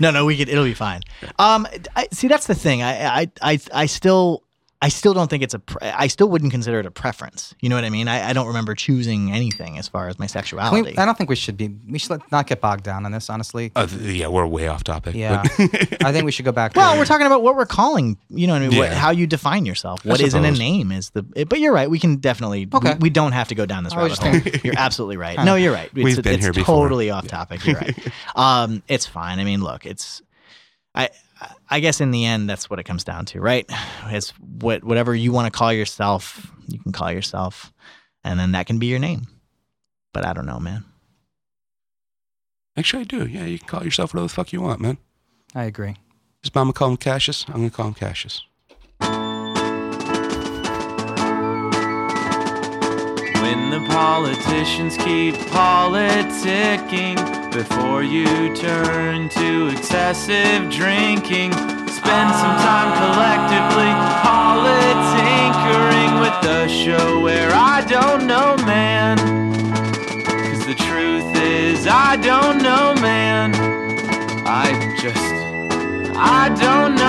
A: no, no, we could. It'll be fine. Um, I, see, that's the thing. I, I, I, I still, I still don't think it's a. Pre- I still wouldn't consider it a preference. You know what I mean? I, I don't remember choosing anything as far as my
E: Can we-
A: sexuality.
E: I don't think we should be. We should let- not get bogged down on this, honestly.
B: Uh, yeah, we're way off topic.
E: Yeah.
B: but-
E: I think we should go back.
A: well,
E: to,
A: we're talking about what we're calling. You know what I mean? What,
B: Yeah.
A: how you define yourself. What isn't a
B: suppose.
A: name is the. it- but you're right. We can definitely. we-
E: Okay.
A: We, don't have to go down this
E: I was
A: rabbit
E: just
A: hole. You're absolutely right. No, you're right. It's,
B: We've been
A: it's
B: here before.
A: totally off topic. You're right. um, it's fine. I mean, look, it's. I I guess in the end, that's what it comes down to, right? It's what whatever you want to call yourself, you can call yourself, and then that can be your name. But I don't know, man.
B: Actually, I do. Yeah, you can call yourself whatever the fuck you want, man.
E: I agree.
B: Does Mama call him Cassius? I'm gonna call him Cassius.
C: When the politicians keep politicking before you turn to excessive drinking, spend some time collectively politinkering with the show where I don't know, man. Cause the truth is, I don't know, man. I just, I don't know,